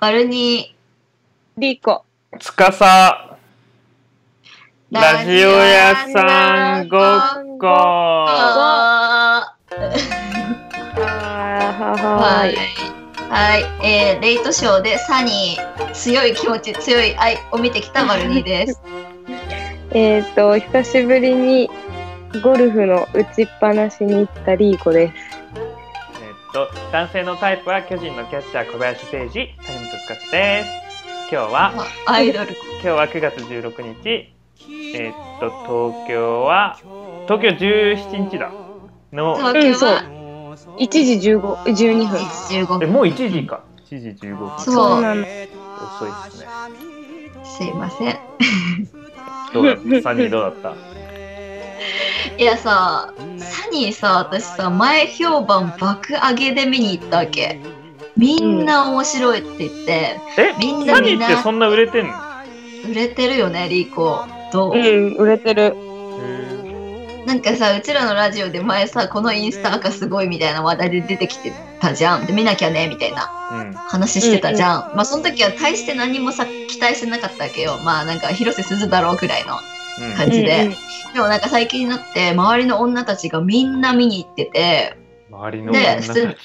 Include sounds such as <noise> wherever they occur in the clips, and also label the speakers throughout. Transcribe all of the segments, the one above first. Speaker 1: バルニ
Speaker 2: リーコ。
Speaker 3: つかさ、
Speaker 1: ー
Speaker 3: ラジオ屋さんごっこ。
Speaker 1: は。
Speaker 2: はい
Speaker 1: はい、えー、レイトショーでサニー強い気持ち強い愛を見てきたバルニーです。
Speaker 2: えっ、と、久しぶりにゴルフの打ちっぱなしに行ったリーコです。
Speaker 3: えっと、男性のタイプは巨人のキャッチャー小林誠司、谷本つかさです。今日は、
Speaker 1: まあアイドル。
Speaker 3: 今日は9月16日、えっと、東京は、東京17日だ。の、
Speaker 1: 東京は
Speaker 2: 1時15、12分。
Speaker 1: 1時15
Speaker 3: え、
Speaker 1: 分。
Speaker 3: もう1時か。1時15分。
Speaker 1: そう
Speaker 2: なの。
Speaker 3: 遅いっすね。
Speaker 1: すいません。
Speaker 3: どうだったサニーどうだった
Speaker 1: いやさ、サニーさ、私さ、前評判爆上げで見に行ったわけ。みんな面白いって言って、
Speaker 3: え、
Speaker 1: みんな
Speaker 3: サニーってそんな売れてんの
Speaker 1: 売れてるよね、リーコ。どう、
Speaker 2: うん、売れてる。
Speaker 1: なんかさ、うちらのラジオで前さ、このインスタ赤すごいみたいな話題で出てきてたじゃん。で、見なきゃね、みたいな。
Speaker 3: うん。
Speaker 1: 話してたじゃん、まあその時は大して何もさ期待してなかったわけよまあなんか広瀬すずだろうくらいの
Speaker 3: うん
Speaker 1: 感じで、でもなんか最近になって周りの女たちがみんな見に行ってて
Speaker 3: 周りの
Speaker 1: ね
Speaker 3: 女たち
Speaker 1: 普通に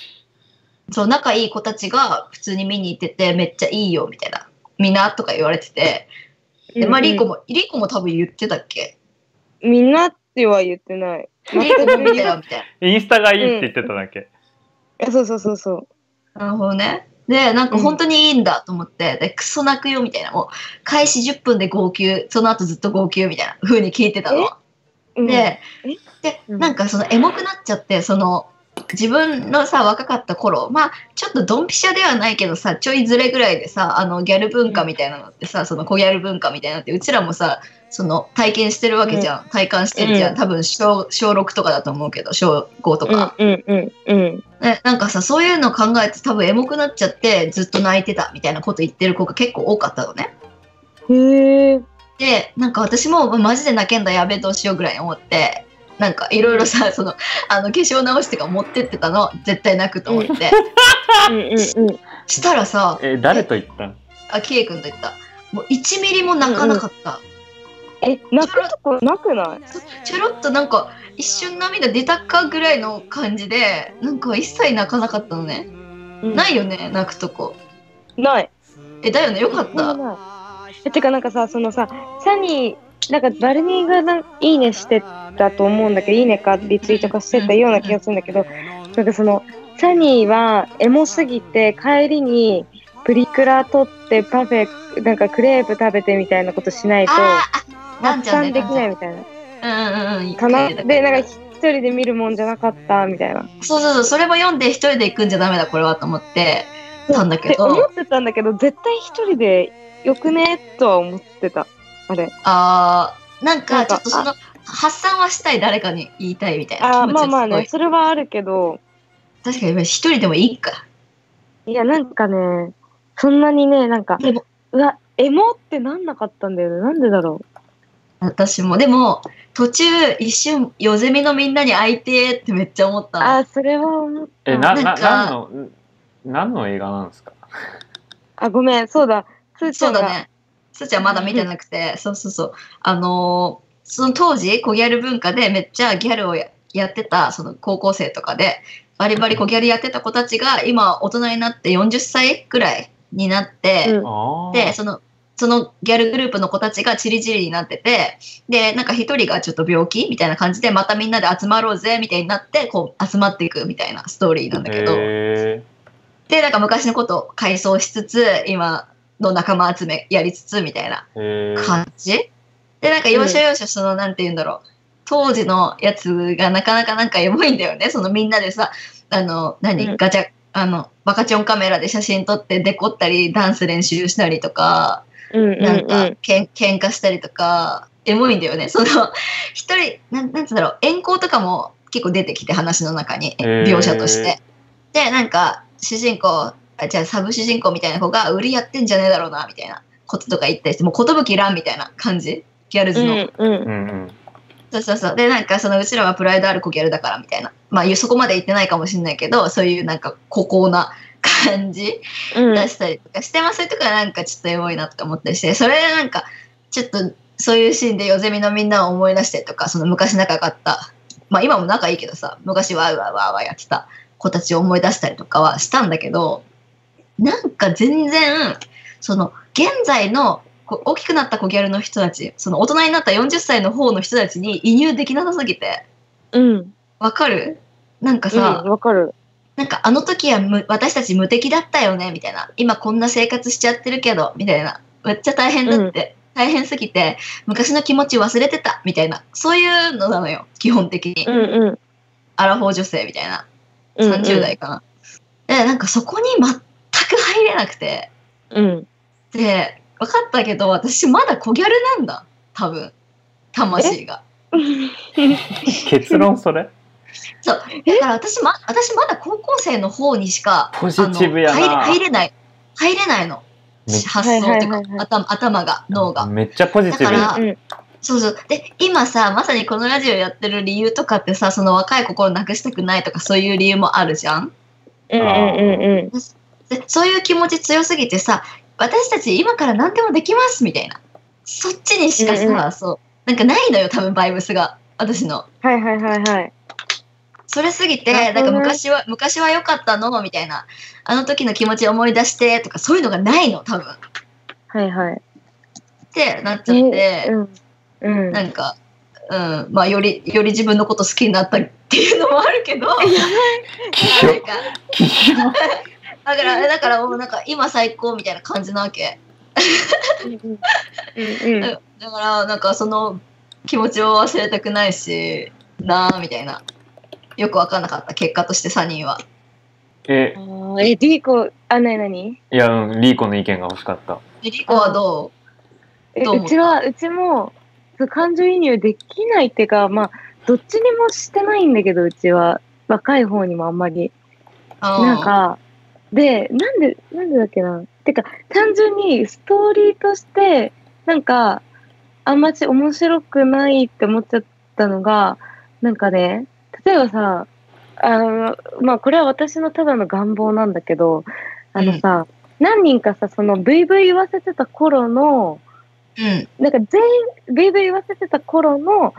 Speaker 1: そう仲いい子たちが普通に見に行っててめっちゃいいよみたいなみんなとか言われててでまあリーコも、リーコも多分言ってたっけ
Speaker 2: うん。みんなっては言ってない。
Speaker 1: リーコも見てたみたい
Speaker 3: インスタがいいって言ってただけ。
Speaker 2: えそうそうそうそう。
Speaker 1: <laughs> ななるほどねでなんか本当にいいんだと思って、でクソ泣くよみたいなもう開始10分で号泣その後ずっと号泣みたいな風に聞いてたの
Speaker 2: うん、
Speaker 1: で
Speaker 2: え、
Speaker 1: で、
Speaker 2: うん
Speaker 1: なんかそのエモくなっちゃって、その、自分のさ、若かった頃、まあ、ちょっとドンピシャではないけどさ、ちょいずれぐらいでさ、あの、ギャル文化みたいなのってさ、その小ギャル文化みたいなのって、うちらもさ、その、体験してるわけじゃん。体感してるじゃ
Speaker 2: うん
Speaker 1: ん。多分小、小6とかだと思うけど、小5とか。
Speaker 2: うんうんうんうん。
Speaker 1: ね、なんかさ、そういうの考えて多分エモくなっちゃって、ずっと泣いてたみたいなこと言ってる子が結構多かったのね。
Speaker 2: へえ。
Speaker 1: でなんか私もマジで泣けんだやべえどうしようぐらい思ってなんかいろいろさそのあの化粧直しとか持ってってたの絶対泣くと思って、
Speaker 2: うんうんうん。
Speaker 1: したらさ
Speaker 3: え、誰と言ったん
Speaker 1: あきえくんと言ったもう1ミリも泣かなかった、
Speaker 2: え、泣くとこなくない。
Speaker 1: ちょろっとなんか一瞬涙出たかぐらいの感じでなんか一切泣かなかったのね、ないいよね泣くとこ
Speaker 2: ない。
Speaker 1: えだよねよかった、
Speaker 2: ないない。えてかなんかさ、そのさ、サニー、なんかバルニーがないいねしてたと思うんだけど、いいねかリツイートかしてたような気がするんだけど、なんかその、サニーはエモすぎて帰りにプリクラ撮ってパフェ、なんかクレープ食べてみたいなことしないと、
Speaker 1: あーあなんち
Speaker 2: 発
Speaker 1: ゃんね
Speaker 2: 散できないみたいな。
Speaker 1: うんうんうん
Speaker 2: かなで、なんか一人で見るもんじゃなかったみたいな。
Speaker 1: そうそうそうそれも読んで一人で行くんじゃダメだこれはと思ってたんだ
Speaker 2: っ
Speaker 1: け
Speaker 2: て思
Speaker 1: ど
Speaker 2: ってたんだけど絶対一人でよくねとは思ってたあれ
Speaker 1: あーなん
Speaker 2: な
Speaker 1: か
Speaker 2: ん
Speaker 1: ち
Speaker 2: か
Speaker 1: ょっとその発散はしたい誰かに言いたいみたいな
Speaker 2: あ
Speaker 1: 気持
Speaker 2: ーま
Speaker 1: ち
Speaker 2: あま
Speaker 1: が
Speaker 2: あ
Speaker 1: すご
Speaker 2: ね
Speaker 1: い
Speaker 2: それはあるけど
Speaker 1: 確かに一人でもいいか
Speaker 2: いやなんかねそんなにねなんか
Speaker 1: でも
Speaker 2: うわエモってなんなかったんだよねなんでだろ
Speaker 1: 私もでも途中一瞬夜ゼミのみんなに会いてーってめっちゃ思っ
Speaker 2: う
Speaker 1: た
Speaker 2: あ
Speaker 1: の
Speaker 2: ーそれは思っ
Speaker 3: え、な、
Speaker 2: た
Speaker 1: な
Speaker 3: な、
Speaker 1: んか
Speaker 3: 何の、ん何の映画なんですか
Speaker 2: あごめんそうだつーち
Speaker 1: そ
Speaker 2: ゃ
Speaker 1: うん
Speaker 2: が
Speaker 1: だねすーちゃんまだ見てなくて、そうそうそうあのーその当時コギャル文化でめっちゃギャルをややってたその高校生とかでバリバリコギャルやってた子たちが今大人になって40歳くらいになって、
Speaker 2: うん
Speaker 3: ああ。
Speaker 1: で、その、そのギャルグループの子たちがチリチリになってて、で、なんか一人がちょっと病気みたいな感じで、またみんなで集まろうぜみたいになって、こう集まっていくみたいなストーリーなんだけど、
Speaker 3: へ
Speaker 1: で、なんか昔のことを回想しつつ、今の仲間集めやりつつみたいな
Speaker 3: ーへー
Speaker 1: 感じ。で、なんか要所要所その、なんて言うんだろう。当時のやつがなかなかなんかエモいんだよね。そのみんなでさ、あの、何、
Speaker 2: うん
Speaker 1: ガチャ、あの、バカチョンカメラで写真撮ってデコったり、ダンス練習したりとか、
Speaker 2: うんうん
Speaker 1: なん
Speaker 2: う
Speaker 1: か
Speaker 2: ん
Speaker 1: けん、喧嘩したりとか、エモいんだよ
Speaker 2: <laughs>
Speaker 1: ね。その、一人、なん、なんつうんだろう、遠行とかも結構出てきて、話の中に、
Speaker 3: へー
Speaker 1: 描写として。で、なんか、主人公、あじゃあサブ主人公みたいな子が、売りやってんじゃねえだろうな、みたいなこととか言ったりして、もう、ことぶきらんみたいな感じ。ギャルズの。
Speaker 2: うんう
Speaker 3: うん
Speaker 2: ん
Speaker 3: うん。
Speaker 1: そうそうそう。で、なんか、その、うちらはプライドある子ギャルだから、みたいな。まあ、そこまで言ってないかもしれないけど、そういう、なんか、孤高な感じ
Speaker 2: うん
Speaker 1: 出したりとかして、まあそういうとこはなんかちょっとエモいなとか思ったりしてそれでなんかちょっとそういうシーンでヨゼミのみんなを思い出したりとかその昔仲良かったまあ今も仲いいけどさ昔わーわーわーわーやってた子たちを思い出したりとかはしたんだけどなんか全然その現在のこ大きくなった子ギャルの人たちその大人になった40歳の方の人たちに移入できなさすぎて
Speaker 2: うん。
Speaker 1: わかるなんか
Speaker 2: うん
Speaker 1: さ、
Speaker 2: わかる。
Speaker 1: なんかあの時はむ私たち無敵だったよねみたいな今こんな生活しちゃってるけどみたいなめっちゃ大変だって、大変すぎて昔の気持ち忘れてたみたいなそういうのなのよ基本的に、
Speaker 2: うんうん。
Speaker 1: アラフォー女性みたいな
Speaker 2: うん
Speaker 1: 30代かな、でなんかそこに全く入れなくて
Speaker 2: うん。
Speaker 1: で分かったけど私まだ小ギャルなんだ多分魂が
Speaker 3: 結論それ
Speaker 1: だから私ま私まだ高校生の方にしか
Speaker 3: ポジティブや
Speaker 1: あの入
Speaker 3: な
Speaker 1: れ入れない入れないの
Speaker 3: めっ
Speaker 1: 発想という
Speaker 2: は
Speaker 1: か
Speaker 2: いはいはいはい
Speaker 1: 頭頭が脳が
Speaker 3: めっちゃポジティブ
Speaker 1: だ
Speaker 3: や
Speaker 1: かそうそうで今さまさにこのラジオやってる理由とかってさその若い心なくしたくないとかそういう理由もあるじゃん
Speaker 2: うんうんうんうん。
Speaker 1: でそういう気持ち強すぎてさ私たち今から何でもできますみたいなそっちにしかさ、
Speaker 2: うんう
Speaker 1: そうなんかないのよ多分バイブスが私の
Speaker 2: はいはいはいはい。
Speaker 1: それすぎ
Speaker 2: な
Speaker 1: て、
Speaker 2: るほ
Speaker 1: なん
Speaker 2: どね
Speaker 1: か昔は、昔は良かったのみたいな、あの時の気持ちを思い出してとか、そういうのがないの、多分。っ
Speaker 2: はいはい。
Speaker 1: てなっちゃって、
Speaker 2: うん。うん。
Speaker 1: なんか、うん、まあ、より、より自分のこと好きになったっていうのもあるけど、なん
Speaker 3: きよ
Speaker 1: か、
Speaker 3: きよ
Speaker 1: <laughs> だから、だからもうなんか、今最高みたいな感じなわけ。
Speaker 2: うんうん
Speaker 1: <laughs>
Speaker 2: うんうん。
Speaker 1: だから、なんかその気持ちを忘れたくないし、なあみたいな。よくわかんなかった、結果としてサニーは。
Speaker 3: え
Speaker 2: あーえ、リーコ、あ、なになに
Speaker 3: いやうんリーコの意見が欲しかった
Speaker 1: でリコはど
Speaker 2: え
Speaker 1: どう思
Speaker 2: う
Speaker 1: った
Speaker 2: ちは、うちも、そう感情移入できないっていうか、まあ、どっちにもしてないんだけど、うちは。若い方にもあんまり。
Speaker 1: うあー
Speaker 2: なんか、で、なんで、なんでだっけな。てか、単純にストーリーとして、なんか、あんまち面白くないって思っちゃったのが、なんかね、例えばさ、あの、まあ、これは私のただの願望なんだけど、あのさ、何人かさ、その VV 言わせてた頃の、
Speaker 1: うん。
Speaker 2: なんか全員 VV 言わせてた頃の、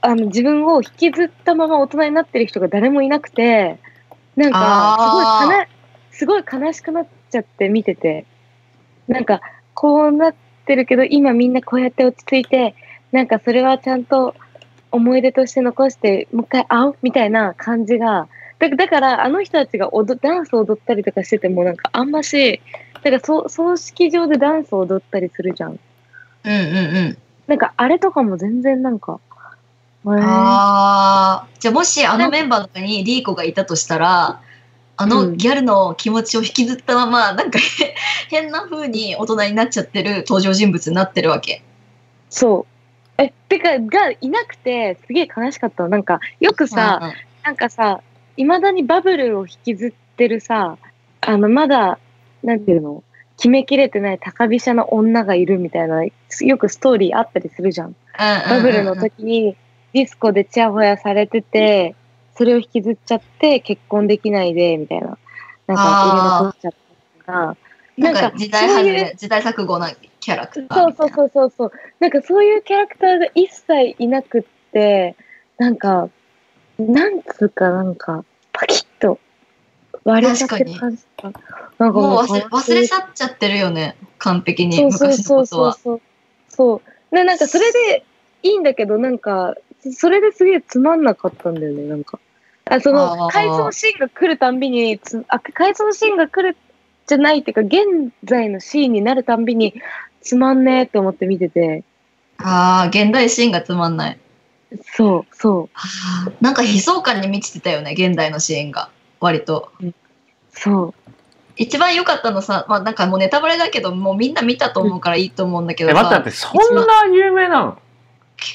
Speaker 2: あの、自分を引きずったまま大人になってる人が誰もいなくて、なん
Speaker 1: あー
Speaker 2: か、すごい悲、すごい悲しくなっちゃって見てて、なんか、こうなってるけど、今みんなこうやって落ち着いて、なんかそれはちゃんと思い出として残して、もう一回会おうみたいな感じが、だだから、あの人たちが踊ダンス踊ったりとかしてても、なんかあんまし、なんかそ葬式場でダンス踊ったりするじゃん。
Speaker 1: うんうんうん。
Speaker 2: なんかあれとかも全然なんか、あ
Speaker 1: ああ、じゃあもしあのメンバーの中にリーコがいたとしたら、あ
Speaker 2: う
Speaker 1: の
Speaker 2: ん
Speaker 1: ギャルの気持ちを引きずったまま、 <laughs> なんか変な風に大人になっちゃってる登場人物になってるわけ。
Speaker 2: そう。え、てか、がいなくて、すげえ悲しかったの。なんか、よくさ、
Speaker 1: あ、
Speaker 2: なんかさ、いまだにバブルを引きずってるさ、あの、まだ、なんていうの、決めきれてない高飛車の女がいるみたいな、よくストーリーあったりするじゃん。バブルの
Speaker 1: 時。
Speaker 2: 時にディスコでチヤホヤされてて、それを引きずっちゃって結婚できないで、みたいな。なんか、売り残っちゃったのが。
Speaker 1: なん
Speaker 2: な
Speaker 1: か
Speaker 2: んか
Speaker 1: 時代外
Speaker 2: そう
Speaker 1: れ、時代錯誤なキャラクター
Speaker 2: そう
Speaker 1: みた
Speaker 2: そ
Speaker 1: いうな。
Speaker 2: そうそうそう。なんかそういうキャラクターが一切いなくって、なんか、なんつうかなんか、パキッと割れちゃってる感じか。なんか
Speaker 1: もう
Speaker 2: か
Speaker 1: 忘
Speaker 2: わい
Speaker 1: れ忘れ去っちゃってるよね、完璧に、
Speaker 2: そうそう
Speaker 1: 昔の
Speaker 2: そう
Speaker 1: こと
Speaker 2: そう
Speaker 1: は。
Speaker 2: そう。そう。ななんかそれでいいんだけど、なんか、それですげえつまんなかったんだよね、なんか。あそ
Speaker 1: あ
Speaker 2: の、
Speaker 1: ー
Speaker 2: 回想シーンが来るたんびにつ、あ、回想シーンが来るじゃないっていうか、現在のシーンになるたんびに、つまんねえって思って見てて、
Speaker 1: ああ、現代シーンがつまんない。
Speaker 2: そう、そう、
Speaker 1: あーなんか悲壮感に満ちてたよね、現代のシーンが、割と。
Speaker 2: そう。
Speaker 1: 一番良かったのさ、まあ、なんかもうネタバレだけどもうみんな見たと思うからいいと思うんだけど
Speaker 3: え
Speaker 1: さ、
Speaker 3: 待って待ってそんな有名な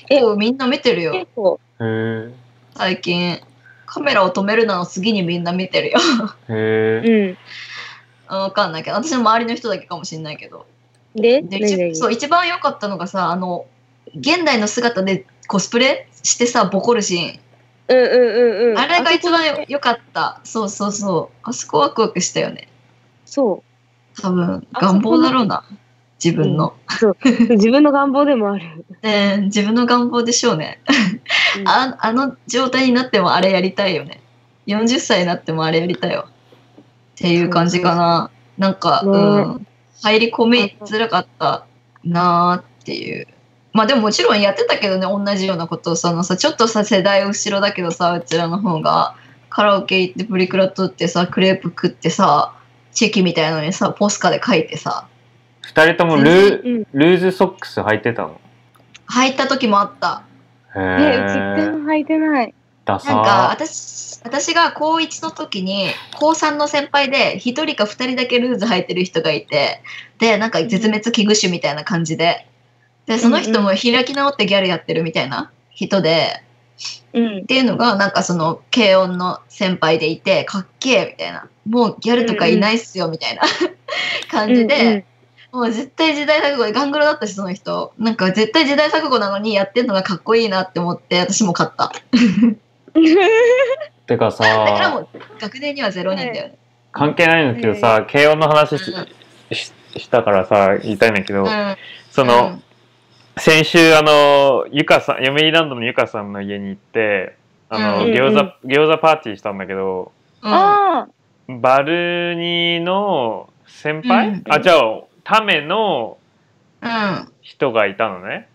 Speaker 1: 結構みんな見てるよ
Speaker 2: 結構、
Speaker 3: のへ
Speaker 1: 最近カメラを止めるなの次にみんな見てるよ <laughs>
Speaker 3: えへえ
Speaker 2: うん。
Speaker 1: わかんないけど私の周りの人だけかもしれないけど
Speaker 2: で、
Speaker 1: で
Speaker 2: 何々
Speaker 1: 一そう一番良かったのがさあの現代の姿でコスプレしてさボコるシ
Speaker 2: うんうんうん
Speaker 1: ー
Speaker 2: うん。
Speaker 1: ンあれが一番
Speaker 2: あそこ
Speaker 1: 良かったそうそうそうあそこワクワクしたよね
Speaker 2: そ
Speaker 1: 多分願望だろうな自分の、
Speaker 2: う。自分の願望でもある。
Speaker 1: ね自分の願望でしょうね
Speaker 2: うん
Speaker 1: ああの状態になってもあれやりたいよね40歳になってもあれやりたいわっていう感じかななんか、
Speaker 2: ね
Speaker 1: うん入り込みづらかったなーっていうまあでももちろんやってたけどね同じようなことをそのさちょっとさ世代後ろだけどさうちらの方がカラオケ行ってプリクラ撮ってさクレープ食ってさチェキみたいのにさポスカで書いてさ
Speaker 4: 二人ともル
Speaker 2: う
Speaker 4: ー
Speaker 2: ん。ね
Speaker 4: ルーズソックス履いてたの
Speaker 1: 入った時もあった
Speaker 4: へ
Speaker 2: うち一回
Speaker 4: え
Speaker 2: も履いてない。
Speaker 4: ダ
Speaker 1: なんか
Speaker 4: サ
Speaker 1: 私私が高1の時に高3の先輩で1人か2人だけルーズ履いてる人がいてでなんか絶滅危惧種みたいな感じででその人も開き直ってギャルやってるみたいな人で
Speaker 2: うん
Speaker 1: っ。ていうのがなんかその軽音の先輩でいてかっけえみたいなもうギャルとかいないっすよみたいな感じで。もう絶対時代錯誤でガングロだったしその人なんか絶対時代錯誤なのにやってんのがかっこいいなって思って私も買った
Speaker 2: うんうん。
Speaker 4: ーてかさ
Speaker 1: だからもう学年には0人だよね、
Speaker 4: 関係ないんですけどさ慶応の話しししたからさ言いたいんだけど、その、先週あのゆかさん読売ランドのゆかさんの家に行ってあの、
Speaker 1: うん
Speaker 4: 餃子餃子パーティーしたんだけど
Speaker 1: うん、うん
Speaker 2: ああ。
Speaker 4: バルニーの先輩、
Speaker 1: うん
Speaker 4: あじゃあための
Speaker 1: うん、あ
Speaker 4: 人がいたのね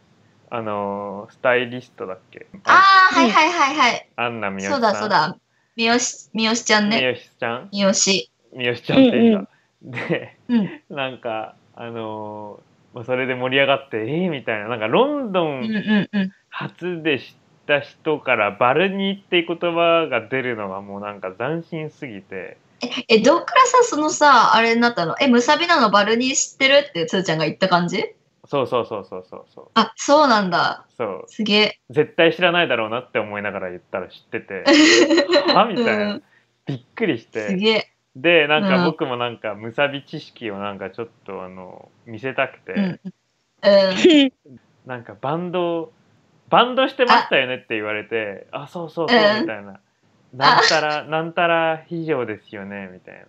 Speaker 4: あのスタイリストだっけ
Speaker 1: あはいはいはいはい、
Speaker 4: アンナみよし
Speaker 1: そ
Speaker 4: さ
Speaker 1: うんだそうだ三好三好ちゃん
Speaker 4: み
Speaker 1: ね
Speaker 4: よしちゃん
Speaker 1: 三好
Speaker 4: みよしちゃんって言うんだ、で
Speaker 1: うん
Speaker 4: なんかあのまあそれで盛り上がってえー、みたいななんかロンド
Speaker 1: うん
Speaker 4: ン
Speaker 1: うんうん
Speaker 4: 初で知った人からバルニーって言葉が出るのがもうなんか斬新すぎて
Speaker 1: えどっからさそのさあれになったのえムサビナのバルニー知ってるってつーちゃんが言った感じ
Speaker 4: そうそうそうそうそうそう
Speaker 1: あそうなんだ
Speaker 4: そう
Speaker 1: すげえ
Speaker 4: 絶対知らないだろうなって思いながら言ったら知って
Speaker 1: <laughs>
Speaker 4: てはみたいな、
Speaker 1: うん
Speaker 4: びっくりし
Speaker 1: す
Speaker 4: て
Speaker 1: げえ
Speaker 4: でなん
Speaker 1: うん
Speaker 4: か僕もなんかむさび知識をなんかちょっとあの見せたくて、
Speaker 1: うんうん
Speaker 4: なんかバンドバンドしてましたよねって言われてあそうそうそう
Speaker 1: うん
Speaker 4: みたいな、なんたらなんたら非常ですよねみたいな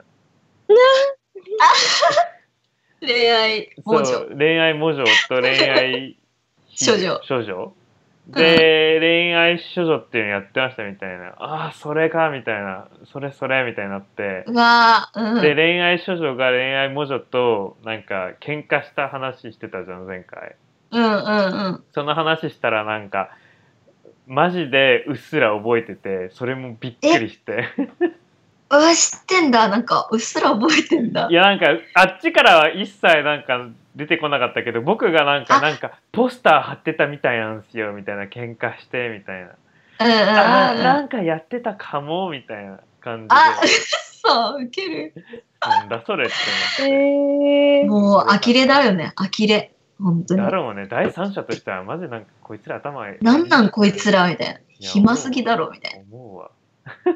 Speaker 1: 恋愛
Speaker 4: そ
Speaker 1: 文章
Speaker 4: う恋愛魔女と恋愛
Speaker 1: 少女
Speaker 4: 少女で、恋愛処女っていうのやってましたみたいなああそれかみたいなそれそれみたいになって、
Speaker 1: うわーうん
Speaker 4: で恋愛処女が恋愛魔女となんか喧嘩した話してたじゃん前回
Speaker 1: うんうんうん
Speaker 4: その話したらなんかマジでうっすら覚えててそれもびっくりして
Speaker 1: うわ知ってんだなんかうっすら覚えてんだ
Speaker 4: <laughs> いやなんかあっちからは一切なんか出てこなかったけど僕がなん
Speaker 1: あ
Speaker 4: かなんかポスター貼ってたみたいなんすよみたいな喧嘩してみたいな
Speaker 1: うんうんうんうん
Speaker 4: あーなんかやってたかもみたいな感じで
Speaker 1: あ <laughs> そうウケる
Speaker 4: なんだそれって
Speaker 2: ええ。
Speaker 1: もう呆れだよね呆れ本当に
Speaker 4: なるもね第三者としてはマジなんかこいつら頭いい
Speaker 1: なんなんこいつらみたいな
Speaker 4: や
Speaker 1: 暇すぎだろみたい
Speaker 4: 思うわ
Speaker 1: な
Speaker 2: ね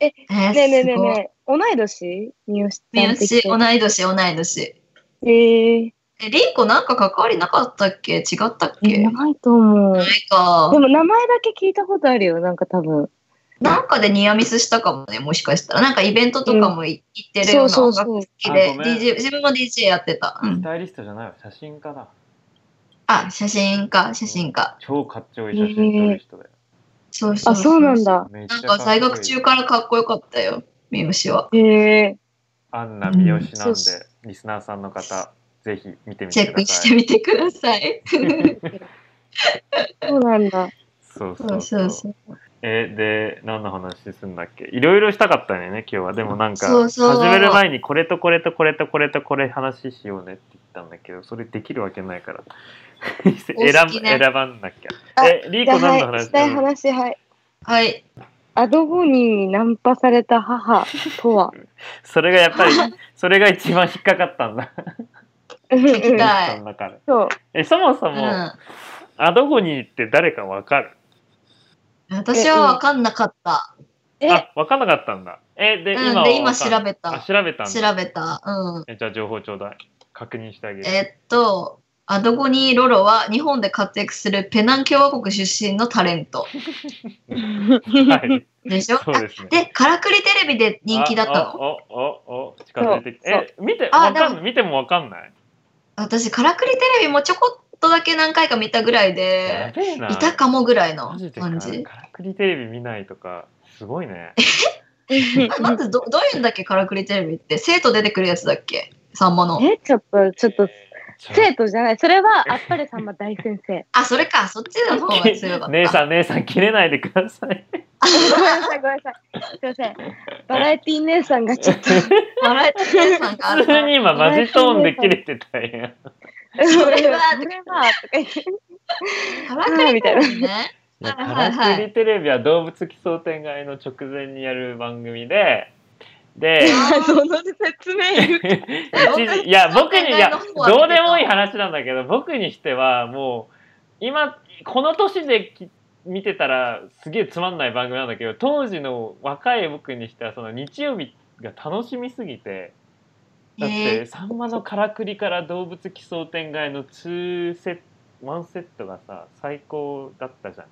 Speaker 2: えねえ
Speaker 1: えー
Speaker 2: ねえ
Speaker 1: すごい
Speaker 2: ねえ。同い年三好ち
Speaker 1: 三
Speaker 2: ゃんって。
Speaker 1: 好同い年同い年
Speaker 2: 同ええ。
Speaker 1: えりんこなんか関わりなかったっけ違ったっけ
Speaker 2: いや
Speaker 1: な
Speaker 2: ないと思う。
Speaker 1: いか
Speaker 2: でも名前だけ聞いたことあるよ、なんか多分。
Speaker 1: なんかでニアミスしたかもねもしかしたらなんかイベントとかもい行ってるような
Speaker 2: そう
Speaker 1: 音
Speaker 2: そう
Speaker 1: 楽
Speaker 2: そう
Speaker 1: 好きで
Speaker 4: あごめん
Speaker 1: DJ 自分も DJ やってた、うん
Speaker 4: スタイリストじゃないわ写真家だ
Speaker 1: あ写真家写真家
Speaker 4: 超かっちょいい写真撮る人だよ、
Speaker 1: そうそう
Speaker 2: あ、そうなんだ。
Speaker 4: めっち
Speaker 1: な
Speaker 4: ゃ
Speaker 1: んか在学中
Speaker 4: かっこ
Speaker 1: か
Speaker 4: いい
Speaker 1: らかっこよかったよ、三好は。
Speaker 2: へえ。
Speaker 4: アンナ三好
Speaker 1: うん
Speaker 4: な
Speaker 1: そ
Speaker 4: ん
Speaker 1: う
Speaker 4: で、
Speaker 1: そ
Speaker 4: リスナーさんの方ぜひ見てみ
Speaker 1: チ
Speaker 4: て
Speaker 1: ェッ
Speaker 4: く
Speaker 1: ク
Speaker 4: だ
Speaker 1: し
Speaker 4: さ
Speaker 1: て
Speaker 4: い
Speaker 1: みてください。
Speaker 4: <laughs>
Speaker 2: そうなんだ。
Speaker 4: そうそ
Speaker 1: そうう
Speaker 4: そ
Speaker 1: そううそう。
Speaker 4: えで何の話すんだっけいろいろしたかったんだよね今日はでもなんか
Speaker 1: そうそう
Speaker 4: 始める前にこれとこれとこれとこれとこれ話しようねって言ったんだけどそれできるわけな
Speaker 1: <laughs>
Speaker 4: いから選ぶ、
Speaker 1: ね
Speaker 4: 選ばんなき
Speaker 2: あ
Speaker 4: ゃえリー
Speaker 2: じゃあ
Speaker 4: コ何の
Speaker 2: はい、
Speaker 4: 話
Speaker 2: したい話、はい。
Speaker 1: はい。
Speaker 2: アドゴニーにナンパされた母とは。
Speaker 4: それがやっぱりそれが一番引っかかったんだ
Speaker 2: うん
Speaker 1: 聞き
Speaker 2: うん
Speaker 1: たい
Speaker 4: その中で
Speaker 2: そう。
Speaker 4: えそもそうも、
Speaker 1: ん。
Speaker 4: アドゴニーって誰かわかる
Speaker 1: 私は分かんなかった。
Speaker 2: え、
Speaker 4: あわかんなかったんだえで、
Speaker 1: うん。
Speaker 4: 今
Speaker 1: で、今
Speaker 4: わか
Speaker 1: 調
Speaker 4: んない
Speaker 1: べ
Speaker 4: あ
Speaker 1: た。
Speaker 4: 調べたんだ
Speaker 1: 調べた。うん。
Speaker 4: えじゃあ情報ちょうだい確認してあげる
Speaker 1: えっと、アドゴニー・ロロは日本で活躍するペナン共和国出身のタレント <laughs>
Speaker 4: はい。
Speaker 1: でしょ
Speaker 4: そうですね。
Speaker 1: で、からくりテレビで人気だったの。
Speaker 4: おおおお近づいてきて。
Speaker 2: そう
Speaker 4: え、見て、
Speaker 1: あ
Speaker 4: わか
Speaker 1: で
Speaker 4: んない。見てもわかんない。
Speaker 1: 私、からくりテレビもちょこっとだけ何回か見たぐらい
Speaker 4: や
Speaker 1: で、
Speaker 4: べえな。
Speaker 1: いたかもぐらいの
Speaker 4: マジでか
Speaker 1: 感じ。
Speaker 4: からくりテレビ見ないとか、すごいね。
Speaker 1: あまずど、どういうんだっけ、からくりテレビって。生徒出てくるやつだっけ、さんまの。
Speaker 2: え、ちょっと、ちょっと、
Speaker 4: ちょ
Speaker 2: 生徒じゃない。それは、あっぱれさんま大先
Speaker 1: <laughs>
Speaker 2: 生。
Speaker 1: あ、それか、そっちの方が強かった。
Speaker 4: <laughs> 姉さん、姉さん、切れないでください。
Speaker 2: ごめんなさい、ごめんなさい。すいません。バラエティ姉さんがちょっと。
Speaker 1: バラエティ姉さんがあ
Speaker 4: 普
Speaker 1: る
Speaker 4: 通に今、マジトーンで切れてたやん。
Speaker 1: それは
Speaker 2: それは、とか言って。
Speaker 1: からくりテレビね。
Speaker 4: いや
Speaker 1: はい
Speaker 4: か
Speaker 1: はいはい
Speaker 4: らくりテレビは動物奇想天外の直前にやる番組で、で、
Speaker 2: その説明いる
Speaker 4: 一時いや僕にいやどうでもいい話なんだけど僕にしてはもう今この年でき見てたらすげえつまんない番組なんだけど当時の若い僕にしてはその日曜日が楽しみすぎてだっ
Speaker 1: え
Speaker 4: て「さんまのからくり」から「動物奇想天外」の2セット1セットがさ最高だったじゃん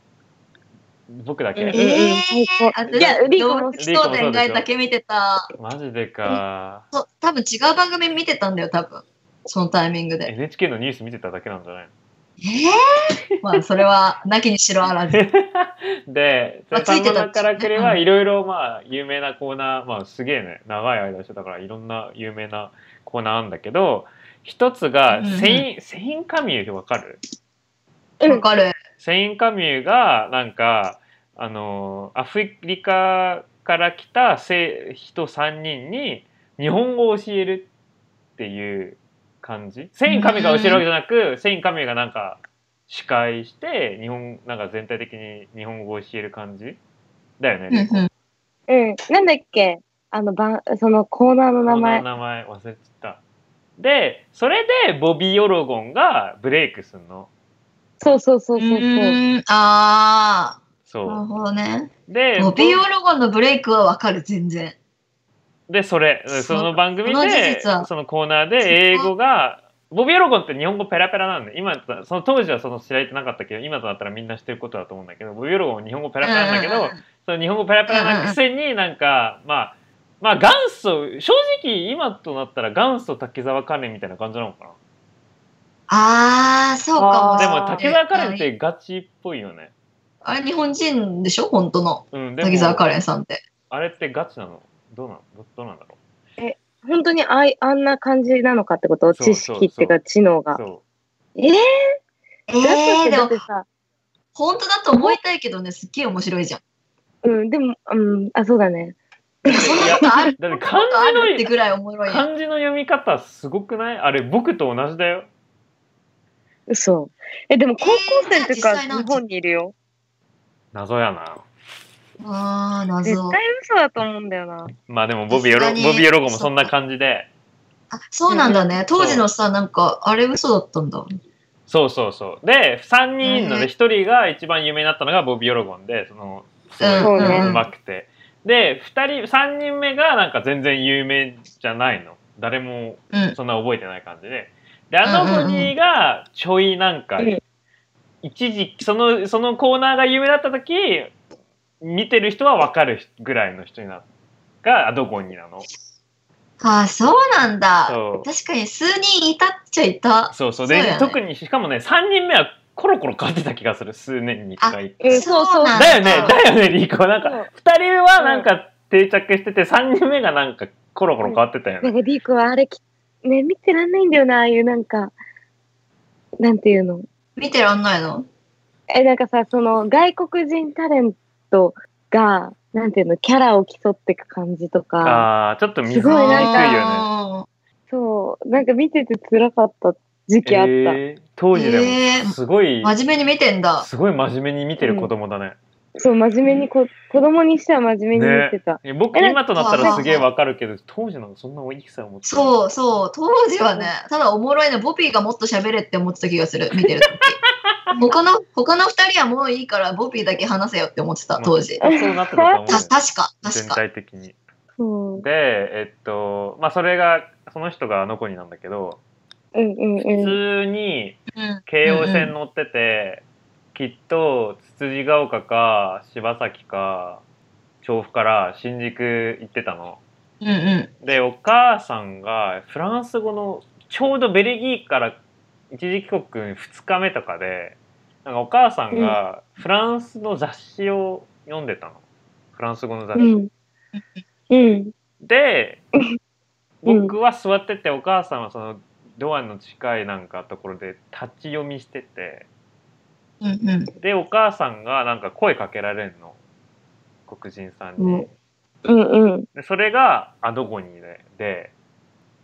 Speaker 4: 僕だけ、
Speaker 2: うん
Speaker 1: えー、あ
Speaker 2: いやリコも
Speaker 1: 動物奇想天外だけ見てた。
Speaker 4: マジでか
Speaker 1: そう多分違う番組見てたんだよ、多分そのタイミングで。
Speaker 4: NHK のニュース見てただけなんじゃないの
Speaker 1: えー、まあ、それは、なきにしろあらず。
Speaker 4: <laughs> で、
Speaker 1: まあ
Speaker 4: サンマ
Speaker 1: ついてた
Speaker 4: の
Speaker 1: んですね
Speaker 4: からくりはいろいろまあ有名なコーナー、まあすげえね、長い間してたからいろんな有名なコーナーあるんだけど、一つが
Speaker 1: うんうん
Speaker 4: セイン、セインカミューわかる
Speaker 2: うん
Speaker 1: わかる。
Speaker 4: セインカミューがなんか、あの、アフリカから来たせ人3人に日本語を教えるっていう感じ。セインカミューが教えるわけじゃなく、セインカミューがなんか司会して、日本、なんか全体的に日本語を教える感じだよね。
Speaker 1: うんうん
Speaker 2: うん。なんだっけあの、ばんそのコーナーの名前。
Speaker 4: 名前忘れちゃった。で、それでボビー・オロゴンがブレイクすんの。
Speaker 2: そうそうそう
Speaker 1: う
Speaker 2: そうそう。
Speaker 1: ーん、ああ、なる
Speaker 4: そ
Speaker 1: ほどね。
Speaker 4: う。で、
Speaker 1: ボビー・オロゴンのブレイクはわかる、全然。
Speaker 4: で、それ、
Speaker 1: そ
Speaker 4: その番組
Speaker 1: その事
Speaker 4: で、
Speaker 1: 実は
Speaker 4: そのコーナーで英語が、ボビー・オロゴンって日本語ペラペラなんで、今だったら、その当時はその知られてなかったけど、今となったらみんな知ってることだと思うんだけど、ボビー・オロゴンは日本語ペラペラなんだけど、その日本語ペラペラなくせになんか、まあ、まあ元祖、正直今となったら元祖滝沢カレンみたいな感じなのかな。
Speaker 1: ああ、そうかもし
Speaker 4: で
Speaker 1: れ
Speaker 4: も
Speaker 1: ない。
Speaker 4: 滝沢カレンってガチっぽいよね。
Speaker 1: あれ日本人でしょ本当の。
Speaker 4: うん、でも
Speaker 1: 滝沢カレンさんって。
Speaker 4: あれってガチなのどうなのどどうなんだろ
Speaker 2: 本当にあいあんな感じなのかってこと
Speaker 4: そうそう
Speaker 2: 知
Speaker 4: そう
Speaker 2: 識っていうか、知能
Speaker 4: う
Speaker 2: が。
Speaker 4: そ
Speaker 2: え
Speaker 1: え
Speaker 2: ー、だって
Speaker 1: ー、で
Speaker 2: だっ
Speaker 1: も
Speaker 2: てさ、
Speaker 1: 本当だと思いたいけどね、すっげえ面白いじゃん。
Speaker 2: うん、でも、うん、あ、そうだね。
Speaker 4: う。
Speaker 1: そん
Speaker 4: い
Speaker 1: な
Speaker 4: や
Speaker 1: ことある
Speaker 4: だって
Speaker 1: そんなことある
Speaker 4: 漢
Speaker 1: って
Speaker 4: 字
Speaker 1: ぐらいおもろ
Speaker 4: の
Speaker 1: いやん。
Speaker 4: 漢字の読み方すごくないあれ僕と同じだよ。
Speaker 2: 嘘。え、でも高校生っていう
Speaker 1: えー
Speaker 2: か、
Speaker 1: じゃあ実際なん
Speaker 2: 日
Speaker 1: て
Speaker 2: 本にいるよ。
Speaker 4: 謎やな。
Speaker 1: ああ、
Speaker 2: 絶
Speaker 1: 謎。
Speaker 2: 対嘘だと思うんだよな。
Speaker 4: まあでもボビーヨロ
Speaker 1: 確かに
Speaker 4: ボビーヨロゴもそんな感じで。
Speaker 1: あそうなんだね。当時のさ、なんか、あれ嘘だったんだ。
Speaker 4: そうそうそう。で3人いるの
Speaker 1: うんう
Speaker 4: で
Speaker 1: ん
Speaker 4: 1人が一番有名になったのがボビーヨロゴンでそのす
Speaker 1: うん
Speaker 4: ご
Speaker 2: そう
Speaker 4: い
Speaker 2: ね
Speaker 4: うまくて。で2人3人目がなんか全然有名じゃないの。誰も
Speaker 1: うん。
Speaker 4: <laughs> そんな覚えてない感じで。で、あの
Speaker 1: うんうんうん
Speaker 4: 鬼がちょいなんか
Speaker 2: うん、
Speaker 4: 一時期、その、そのコーナーが有名だった時、見てる人はわかるぐらいの人になっがアドゴニなの。
Speaker 1: ああ、そうなんだ。
Speaker 4: そう。
Speaker 1: 確かに数人いたっちゃいた。
Speaker 4: そうそ
Speaker 1: そう
Speaker 4: う。で、
Speaker 1: やね
Speaker 4: 特に、しかもね、3人目はコロコロ変わってた気がする。数年に1回。
Speaker 2: うん、そうそう。
Speaker 1: なん
Speaker 4: だよね、だよね、リコ。なん
Speaker 2: そう
Speaker 4: か、2人はなんか定着してて、3人目がなんかコロコロ変わってたよ
Speaker 2: なん
Speaker 4: ね。
Speaker 2: かリークはあれき、ね、見てらんないんだよな、ああいうなんか、なんていうの。
Speaker 1: 見てらんないの
Speaker 2: え、なんかさ、その外国人タレントが、なんていうの、キャラを競っていく感じとか、
Speaker 4: ああ、ちょっと見づ
Speaker 2: すごいなんか
Speaker 4: らいよね。
Speaker 1: よね。
Speaker 2: そう、なんか見てて辛かった時期あった。
Speaker 4: えー当時で
Speaker 1: え
Speaker 4: も、
Speaker 1: ー
Speaker 4: すごい。
Speaker 1: 真面目に見てんだ。
Speaker 4: すごい真面目に見てる子供だね。
Speaker 2: そう、真面目にこ、子供にしては真面目に見てた。
Speaker 4: え僕
Speaker 2: え
Speaker 4: 今となったらすげえ
Speaker 1: そうそう
Speaker 4: わかるけど、当時のそんな一切思ってない
Speaker 1: そうそう、当時はね、ただおもろいね、ボピーがもっと喋れって思ってた気がする、見て
Speaker 2: <laughs>
Speaker 1: る時他の、他の二人はもういいから、ボピーだけ話せよって思ってた、当時。
Speaker 4: まあそうなってたと思うよ
Speaker 1: た <laughs> 確か、確
Speaker 4: 全
Speaker 1: か。
Speaker 4: 体的に。
Speaker 2: そう。
Speaker 4: で、えっと、まあそれが、その人があの子になんだけど、
Speaker 2: うんうん
Speaker 4: 普
Speaker 2: うん。
Speaker 4: 通に
Speaker 1: うん
Speaker 4: 京王線乗ってて、きっとつつじが丘か柴崎か調布から新宿行ってたの。
Speaker 1: うんう
Speaker 4: でお母さんがフランス語のちょうどベルギーから一時帰国2日目とかでなんかお母さんがフランスの雑誌を読んでたのフランス語の雑誌。
Speaker 2: うん。うん。
Speaker 4: で
Speaker 2: うん
Speaker 4: 僕は座っててお母さんはそのドアの近いなんかところで立ち読みしてて
Speaker 1: んうんうん
Speaker 4: でお母さんがなんか声かけられるの黒人さんに。
Speaker 1: うん
Speaker 2: うんうん。
Speaker 4: でそれがアドゴニーでで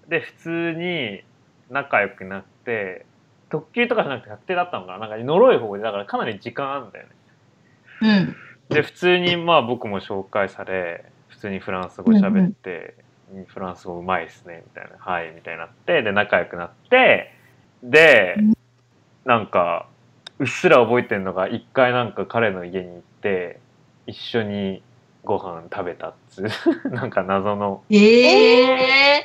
Speaker 4: で普通に仲良くなって特急とかじゃなくて確定だったのかななんか呪い方でだからかなり時間あるんだよね
Speaker 1: うん
Speaker 4: で普通にまあ僕も紹介され普通にフランス語喋って、うんフランス語うまいですねみたいなはいみたいになってで仲良くなってで
Speaker 1: うん
Speaker 4: なんかうっすら覚えてるのが一回なんか彼の家に行って一緒にご飯食べたっつう <laughs> なんか謎の
Speaker 1: えー、え、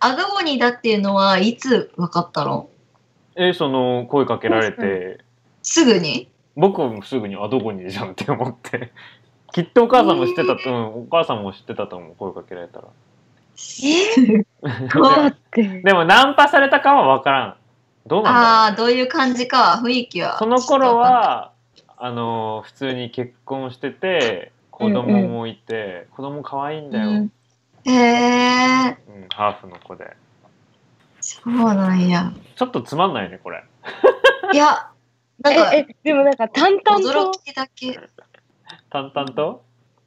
Speaker 1: アドゴニーだっていうのはいつ分かったの
Speaker 4: えその声かけられ
Speaker 2: 確
Speaker 4: て
Speaker 1: すぐに
Speaker 4: 僕もすぐに「あどこに?」じゃんって思って <laughs> きっとお母さんも知ってたと、うん、お母さんも知ってたと思う声かけられたら
Speaker 1: え
Speaker 2: だって。
Speaker 4: <laughs> でもナンパされたかは分からんどうな
Speaker 1: あ
Speaker 4: ん
Speaker 1: あ、
Speaker 4: だろ
Speaker 1: どういう感じか、雰囲気
Speaker 4: う
Speaker 1: は。
Speaker 4: その頃、はあの普通に結婚してて子供もいて、子供可愛いん
Speaker 1: う
Speaker 4: だよ、うん
Speaker 1: ん、へえ、
Speaker 4: ハーフの子で
Speaker 1: そうなんや。
Speaker 4: ちょっとつまんないねこれ
Speaker 1: いや、なんか、
Speaker 2: え、え、でもなんか淡々
Speaker 1: 驚
Speaker 2: と、
Speaker 1: きだけ。
Speaker 4: 淡々と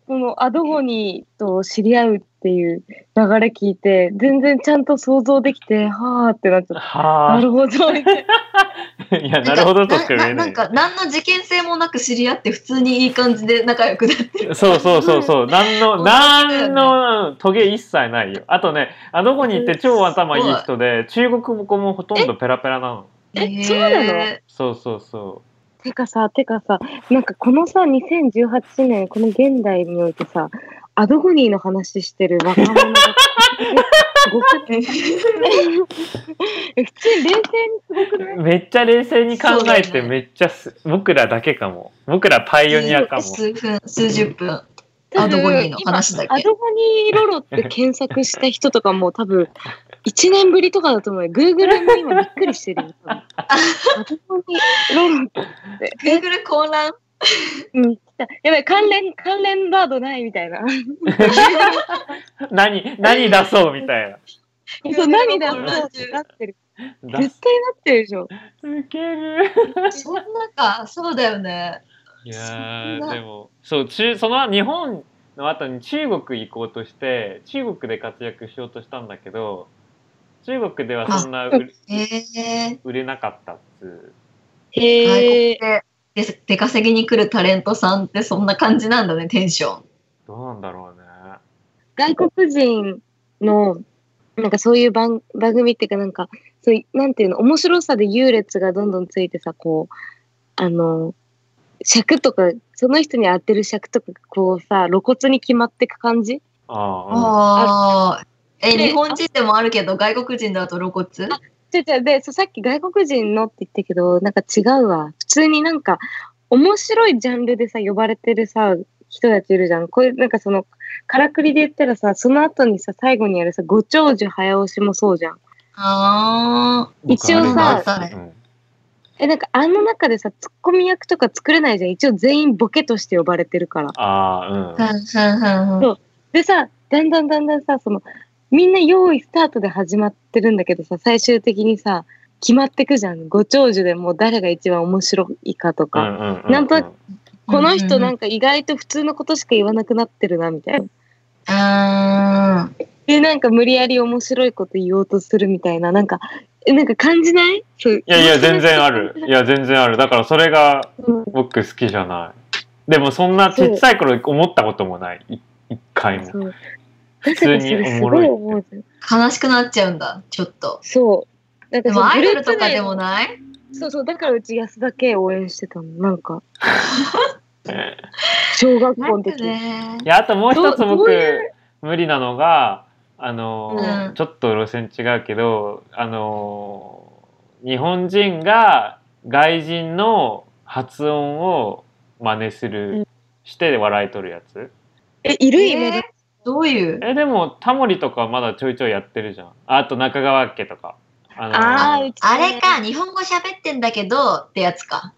Speaker 2: そのアドゴニーと知り合うっていう流れ聞いて、全然ちゃんと想像できて、はーってなっちゃった。
Speaker 4: は
Speaker 2: な
Speaker 4: あ <laughs>
Speaker 2: るほど。みたいない
Speaker 4: やなるほどとしか言え
Speaker 1: な
Speaker 4: な
Speaker 1: なん
Speaker 4: い
Speaker 1: か、何の事件性もなく知り合って、普通にいい感じで仲良くなって。
Speaker 4: そうそうそ
Speaker 1: <laughs>
Speaker 4: うそう。なん
Speaker 1: 本
Speaker 4: の、
Speaker 1: 当だよ
Speaker 4: なん
Speaker 1: ね
Speaker 4: のトゲ一切ないよ。あとね、あどこに行って超頭いい人で、中国語もほとんどペラペラなの。
Speaker 2: えそうなの
Speaker 1: へ
Speaker 4: そうそうそ。
Speaker 2: てかさ、てかさ、なんかこのさ、2018年、この現代においてさ、アドゴニーの話してる若者がすごくて、え普通に冷静にすごくないう
Speaker 4: めっちゃ冷静に考え
Speaker 1: そうだ
Speaker 4: て、
Speaker 1: よね
Speaker 4: めっちゃす、僕らだけかも。僕らパイオニアか
Speaker 1: ー
Speaker 4: も。
Speaker 1: 数分、数十分、アドゴニーの話だ
Speaker 2: ア
Speaker 1: け。
Speaker 2: ドゴニーロロって検索した人とかも多分1年ぶりとかだと思うよ。Google も今びっくりしてるよ。多分アドゴニーロロって。
Speaker 1: Google 混乱
Speaker 2: うん、来た。やばい、関連、関連ワードないみたいな。
Speaker 4: 何、何出そうみたいな。
Speaker 2: そう、何だろうってなってる。絶対
Speaker 4: 出
Speaker 2: な
Speaker 4: す
Speaker 2: ってるでしょ。
Speaker 4: ウケる。
Speaker 1: そんなか、そうだよね。<laughs>
Speaker 4: い
Speaker 1: そ
Speaker 4: や
Speaker 1: んな
Speaker 4: ーでもそう中その日本の後に中国行こうとして中国で活躍しようとしたんだけど中国ではそんな売れ
Speaker 1: へえ
Speaker 4: 売れなかったっつ
Speaker 1: ー。
Speaker 2: へ
Speaker 1: 外国でで出稼ぎに来るタレントさんってそんな感じなんだね、テンション。
Speaker 4: うどうなんだろうね
Speaker 2: 外国人の、なんかそういう番番組っていうか、なんか、そういなんていうの、面白さで優劣がどんどんついてさ、こう、あの、尺とか、その人に当てる尺とか、こうさ、露骨に決まってく感じ
Speaker 4: あ
Speaker 1: あ
Speaker 4: あ
Speaker 1: あ。え、
Speaker 2: で
Speaker 1: 日本人でもあるけど、外国人だと露骨
Speaker 2: ちょちょ、で、そうさっき外国人のって言ったけど、なんか違うわ。普通になんか、面白いジャンルでさ、呼ばれてるさ、人たちいるじゃん。こういう、なんかその、からくりで言ったらさ、その後にさ、最後にやるさ、ご長寿早押しもそうじゃん。
Speaker 1: ああ。
Speaker 4: うん
Speaker 2: 一応さ
Speaker 4: 僕あれ
Speaker 1: あった
Speaker 4: うん
Speaker 2: え、なんかあの中でさ、ツッコミ役とか作れないじゃん。一応全員ボケとして呼ばれてるから。
Speaker 4: あ
Speaker 1: ふ
Speaker 4: あ
Speaker 1: んふんふんふん。
Speaker 2: でさ、だんだんだんだんさ、その、みんな用意スタートで始まってるんだけどさ、最終的にさ、決まってくじゃん。ご長寿でもう誰が一番面白いかと
Speaker 4: う
Speaker 2: か。
Speaker 4: んうんうう
Speaker 2: なんとなくこの人な
Speaker 1: か。
Speaker 2: んんか意外と普通のことしか言わなくなってるなみたいな。
Speaker 1: あー
Speaker 2: でなんか無理やり面白いこと言おうとするみたいななんかえなんか感じないそうい
Speaker 4: いやいや全然あるいや全然あるだからそれが
Speaker 2: うん
Speaker 4: 僕好きじゃないでもそんなちっちゃい頃思ったこともないい一回も
Speaker 2: そう
Speaker 4: 普通におもろいっ
Speaker 2: だからそれすご
Speaker 4: て
Speaker 2: 思うじゃん
Speaker 1: 悲しくなっちゃうんだ、ちょっと。
Speaker 2: そうなん
Speaker 1: で
Speaker 2: かそ
Speaker 1: も
Speaker 2: の
Speaker 1: アイ
Speaker 2: グル
Speaker 1: ド
Speaker 2: ー
Speaker 1: ル
Speaker 2: プ
Speaker 1: とか
Speaker 2: 内
Speaker 1: でもない
Speaker 2: そうそうだからうち安田圭応援してたのなんか小学校の
Speaker 1: なん
Speaker 2: 時、
Speaker 1: かね
Speaker 4: い。やあともう一つ
Speaker 2: ど
Speaker 4: 僕
Speaker 2: どうい
Speaker 4: 無理なのがあのー、
Speaker 1: うん
Speaker 4: ちょっと路線違うけどあの日本人が外人の発音を真似する、
Speaker 2: うん
Speaker 4: して笑い取るやつ
Speaker 2: え、いるイメージ。
Speaker 1: えーどういう
Speaker 4: えでもタモリとかまだちょいちょいやってるじゃんあと中川家とかあの
Speaker 2: ああ、うちね
Speaker 1: あれか、日本語喋ってんだけどってやつか。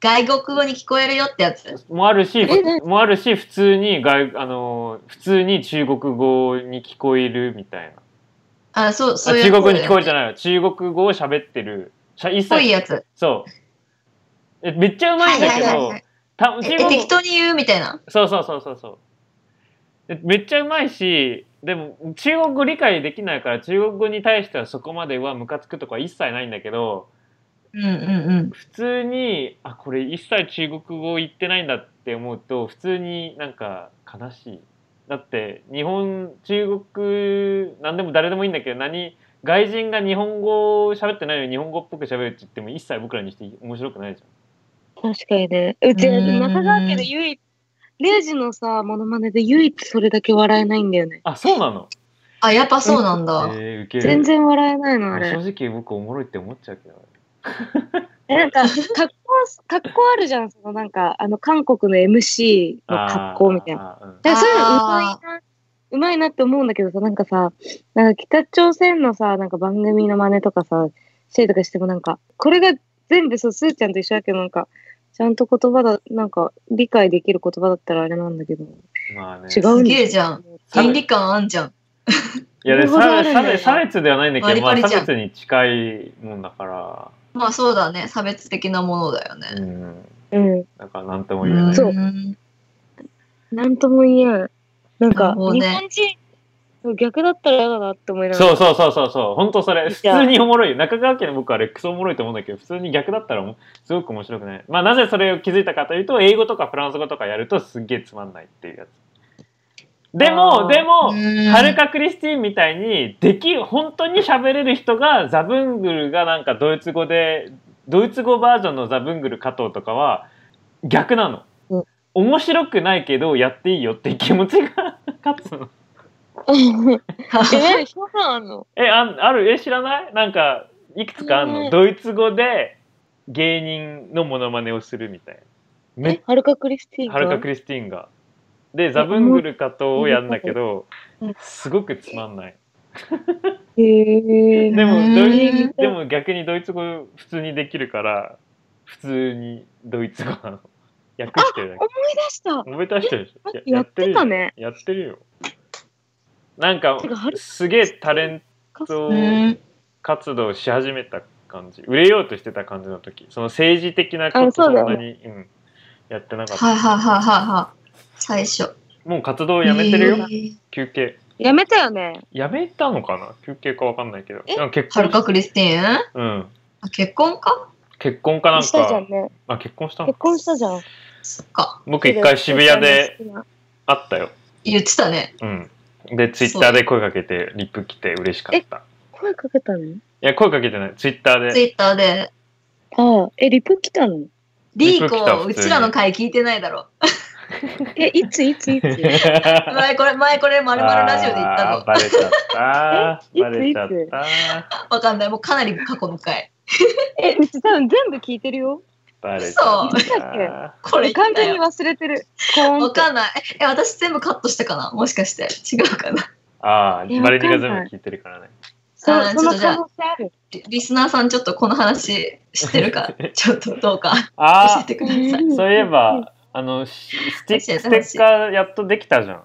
Speaker 1: 外国語に聞こえるよってやつ。
Speaker 4: もあるし
Speaker 2: え何
Speaker 4: もあるし普通に外あの普通に中国語に聞こえるみたいな
Speaker 1: あ、そう、
Speaker 4: あ
Speaker 1: そういう
Speaker 4: 中国語に聞こえるじ
Speaker 1: ゃ
Speaker 4: ゃないわ中国語を喋ってるしゃ一
Speaker 1: っぽい
Speaker 4: 切
Speaker 1: やつ。
Speaker 4: そうえめっちゃうまいんだけ
Speaker 1: はいはいはい
Speaker 4: ど
Speaker 1: はい
Speaker 4: た中
Speaker 1: え、
Speaker 4: 国
Speaker 1: 適当に言うみたいな。
Speaker 4: そうそうそうそうそうでめっちゃうまいしでも中国語理解できないから中国語に対してはそこまではムカつくとか一切ないんだけど
Speaker 1: うんうんうん。
Speaker 4: 普通にあこれ一切中国語言ってないんだって思うと普通になんか悲しいだって日本中国何でも誰でもいいんだけど何外人が日本語を喋ってないのに日本語っぽく喋るって言っても一切僕らにして面白くないじ
Speaker 2: 確かにね。うち、
Speaker 1: うん
Speaker 2: 中川家で唯一、レイジのさ、モノマネで唯一それだけ笑えないんだよね。
Speaker 4: ゃんあそうなの
Speaker 1: あ、やっぱそうなんだ。
Speaker 4: えー、ウケる
Speaker 2: 全然笑えないの、あれ。
Speaker 4: 正直僕おもろいって思っちゃうけど
Speaker 2: えなんか、格好、格好あるじゃん、そのなんか、あの、韓国の MC の格好みたいな。
Speaker 4: な
Speaker 2: だからそういうのうまい
Speaker 1: あ
Speaker 2: な、うまいなって思うんだけどさ、なんかさ、なんか北朝鮮のさ、なんか番組の真似とかさ、したりとかしてもなんか、これが全部そう、すーちゃんと一緒だけど、なんか、ちゃんと言葉だ、なんか、理解できる言葉だったらあれなんだけど、
Speaker 4: まあね
Speaker 2: 違うんだ
Speaker 1: すげえじゃん。倫理観あんじゃん。
Speaker 4: いやで
Speaker 2: なるほどあ
Speaker 4: 差
Speaker 2: るんだ
Speaker 4: 差別差別ではないんだけど、ま
Speaker 1: バ
Speaker 4: あ、
Speaker 1: リバリじ
Speaker 4: 差
Speaker 1: ゃん
Speaker 4: 別に近いもんだか
Speaker 1: まあそうだね。差別的なものだよ
Speaker 4: ら、
Speaker 1: ね。
Speaker 4: うん、
Speaker 2: うん、
Speaker 4: だから何とも言え
Speaker 1: う
Speaker 4: なんい。
Speaker 2: そうなんとも言えん。なん
Speaker 1: な
Speaker 2: か、
Speaker 1: るほどね
Speaker 2: 日本人、そう逆だったら嫌だなって思いながら。
Speaker 4: そうそうそうそうそう、本当それ、普
Speaker 2: じゃあ
Speaker 4: 通におもろいよ。中川家の僕はあれ、クソおもろいと思うんだけど、普通に逆だったらもうすごく面白くない。まあ、なぜそれを気づいたかというと、英語とかフランス語とかやるとすっげえつまんないっていうやつ。で
Speaker 2: あー
Speaker 4: も、でも、はる
Speaker 1: は
Speaker 4: かクリスティーンみたいに、でき、本当に喋れる人が、ザブングルがなんかドイツ語で、ドイツ語バージョンのザブングル加藤とかは、逆なの。
Speaker 2: うん
Speaker 4: 面白くないけど、やっていいよっていう気持ちが <laughs> 勝つの。
Speaker 2: <laughs> え、なんかそんなんあんの
Speaker 4: えあんあるえ知らないなんかいくつかあんの、
Speaker 2: ね
Speaker 4: ドイツ語で芸人のモノマネをするみたいなめっ
Speaker 2: えはるかクリスティーン
Speaker 4: はるかクリスティーンがでザブングル加藤をやんだけど
Speaker 2: うん
Speaker 4: すごくつまんない
Speaker 2: へえ
Speaker 4: でもドイ
Speaker 1: うん
Speaker 4: でも逆にドイツ語普通にできるから普通にドイツ語なの <laughs> 訳してるだ
Speaker 2: 思い出した
Speaker 4: け思い出してるでしょ
Speaker 2: やってたね。
Speaker 4: やってるよなんか
Speaker 2: てかはる
Speaker 4: すげえタレン
Speaker 2: か
Speaker 4: トを
Speaker 1: うん。
Speaker 4: 活動し始めた感じ売れようとしてた感じの時その政治的なこと
Speaker 2: あそ
Speaker 4: そ
Speaker 2: うんだよ
Speaker 4: なにう、ん、やってなかった、
Speaker 1: はいはいはいはいはい。最初。
Speaker 4: もう活動やめてるよ、
Speaker 1: えー
Speaker 4: 休憩
Speaker 2: やめたよね。
Speaker 4: やめたのかな休憩かわかんないけど
Speaker 2: え
Speaker 4: なんか結
Speaker 1: はる
Speaker 4: 婚
Speaker 1: かクリスティーン
Speaker 4: うん
Speaker 1: あ結婚か
Speaker 4: 結婚かなん
Speaker 2: したじゃん
Speaker 4: か
Speaker 2: ね。
Speaker 4: あ結婚したの
Speaker 2: 結婚したじゃん。
Speaker 1: そっか。
Speaker 4: 僕一回渋谷で。会ったよ
Speaker 1: 言ってたね。
Speaker 4: うんでツイッターで声かけてリップ来て嬉しかったい
Speaker 2: 声かけたの
Speaker 4: や声かけてないツイッター
Speaker 1: ツ
Speaker 4: <laughs> で
Speaker 1: イッターで。
Speaker 2: ああ、え、リプ来たの
Speaker 1: リー
Speaker 4: リプ来た
Speaker 1: コ、
Speaker 4: 普
Speaker 1: う
Speaker 4: 通に
Speaker 1: ちらの回聞いてないだろ。
Speaker 2: え、いついついつ
Speaker 1: 前これ、前これ、まるまるラジオで言った
Speaker 4: あーバレちゃった
Speaker 2: えいつ
Speaker 4: バレちゃった
Speaker 1: の。わかんない。もうかなり過去の回。
Speaker 2: え、うち多分全部聞いてるよ。
Speaker 4: バレちゃっ
Speaker 2: 嘘いつだったけ
Speaker 1: これ言っ
Speaker 2: 完
Speaker 1: た
Speaker 2: 全に
Speaker 1: よ。
Speaker 2: 忘れてる。コーン
Speaker 1: わ
Speaker 2: って
Speaker 1: かんない。え、私全部カットしたかなもしかして。違うかな。
Speaker 4: ああ、
Speaker 2: いや
Speaker 4: バレニが全
Speaker 2: わかんない
Speaker 4: 部聞いてるからね。
Speaker 2: そう
Speaker 1: あー
Speaker 2: そ
Speaker 1: ちょ
Speaker 2: の
Speaker 1: っとじゃあ
Speaker 2: 可能性ある。
Speaker 1: リリスナーさん、ちょっとこの話知ってる
Speaker 4: <laughs>
Speaker 1: か、ちょっとどうか教
Speaker 4: あ
Speaker 1: えてください。
Speaker 4: あ、そういえば、あの、しスティ
Speaker 1: 教え
Speaker 4: ス
Speaker 1: て
Speaker 4: テッカーやっとできたじゃ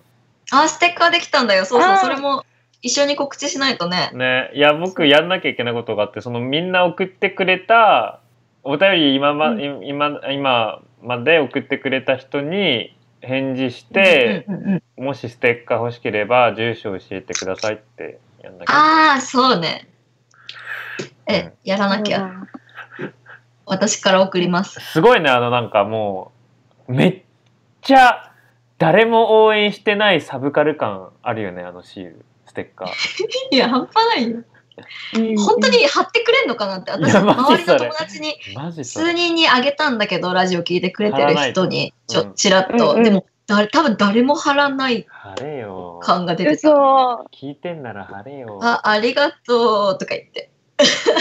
Speaker 1: あ、ステッカーできたんだよ。そうそ
Speaker 2: あ
Speaker 1: う、
Speaker 2: ー
Speaker 1: それも一緒に告知しないとね。
Speaker 4: ん。ね、いや、僕やんなきゃいけないことがあって、そのみんな送ってくれた、お便り今ま、
Speaker 2: うん
Speaker 4: い今、今まで送ってくれた人に返事し
Speaker 1: で
Speaker 4: て、、もしステッカー欲しければ、住所教えてくださいってやんなきゃい
Speaker 1: ああ、そうね。
Speaker 4: う
Speaker 1: え
Speaker 4: ん、
Speaker 1: やらなきゃ。私から送ります。
Speaker 4: すごいね、あの、なんかもう、めっちゃ、誰も応援してないサブカル感あるよね、あのシール、ステッカー。
Speaker 1: <laughs> いや、半端ないよ。
Speaker 2: うん
Speaker 1: 本当に貼ってくれんのかなって、私、
Speaker 4: いやマジ
Speaker 1: 周りの
Speaker 4: それ
Speaker 1: 友達に
Speaker 4: マジそれ
Speaker 1: 数人にあげたんだけど、ラジオ聞いてくれてる人に、
Speaker 4: 貼
Speaker 1: ち
Speaker 4: らないと
Speaker 1: ょ、ちらっ
Speaker 2: う
Speaker 1: と。
Speaker 2: んうん
Speaker 1: でも、だ多分誰も貼らない
Speaker 4: 貼れよ。
Speaker 1: 感が出てた。
Speaker 2: 嘘。
Speaker 4: 聞いてんなら貼れよ。
Speaker 1: あ、ありがとうとか言って。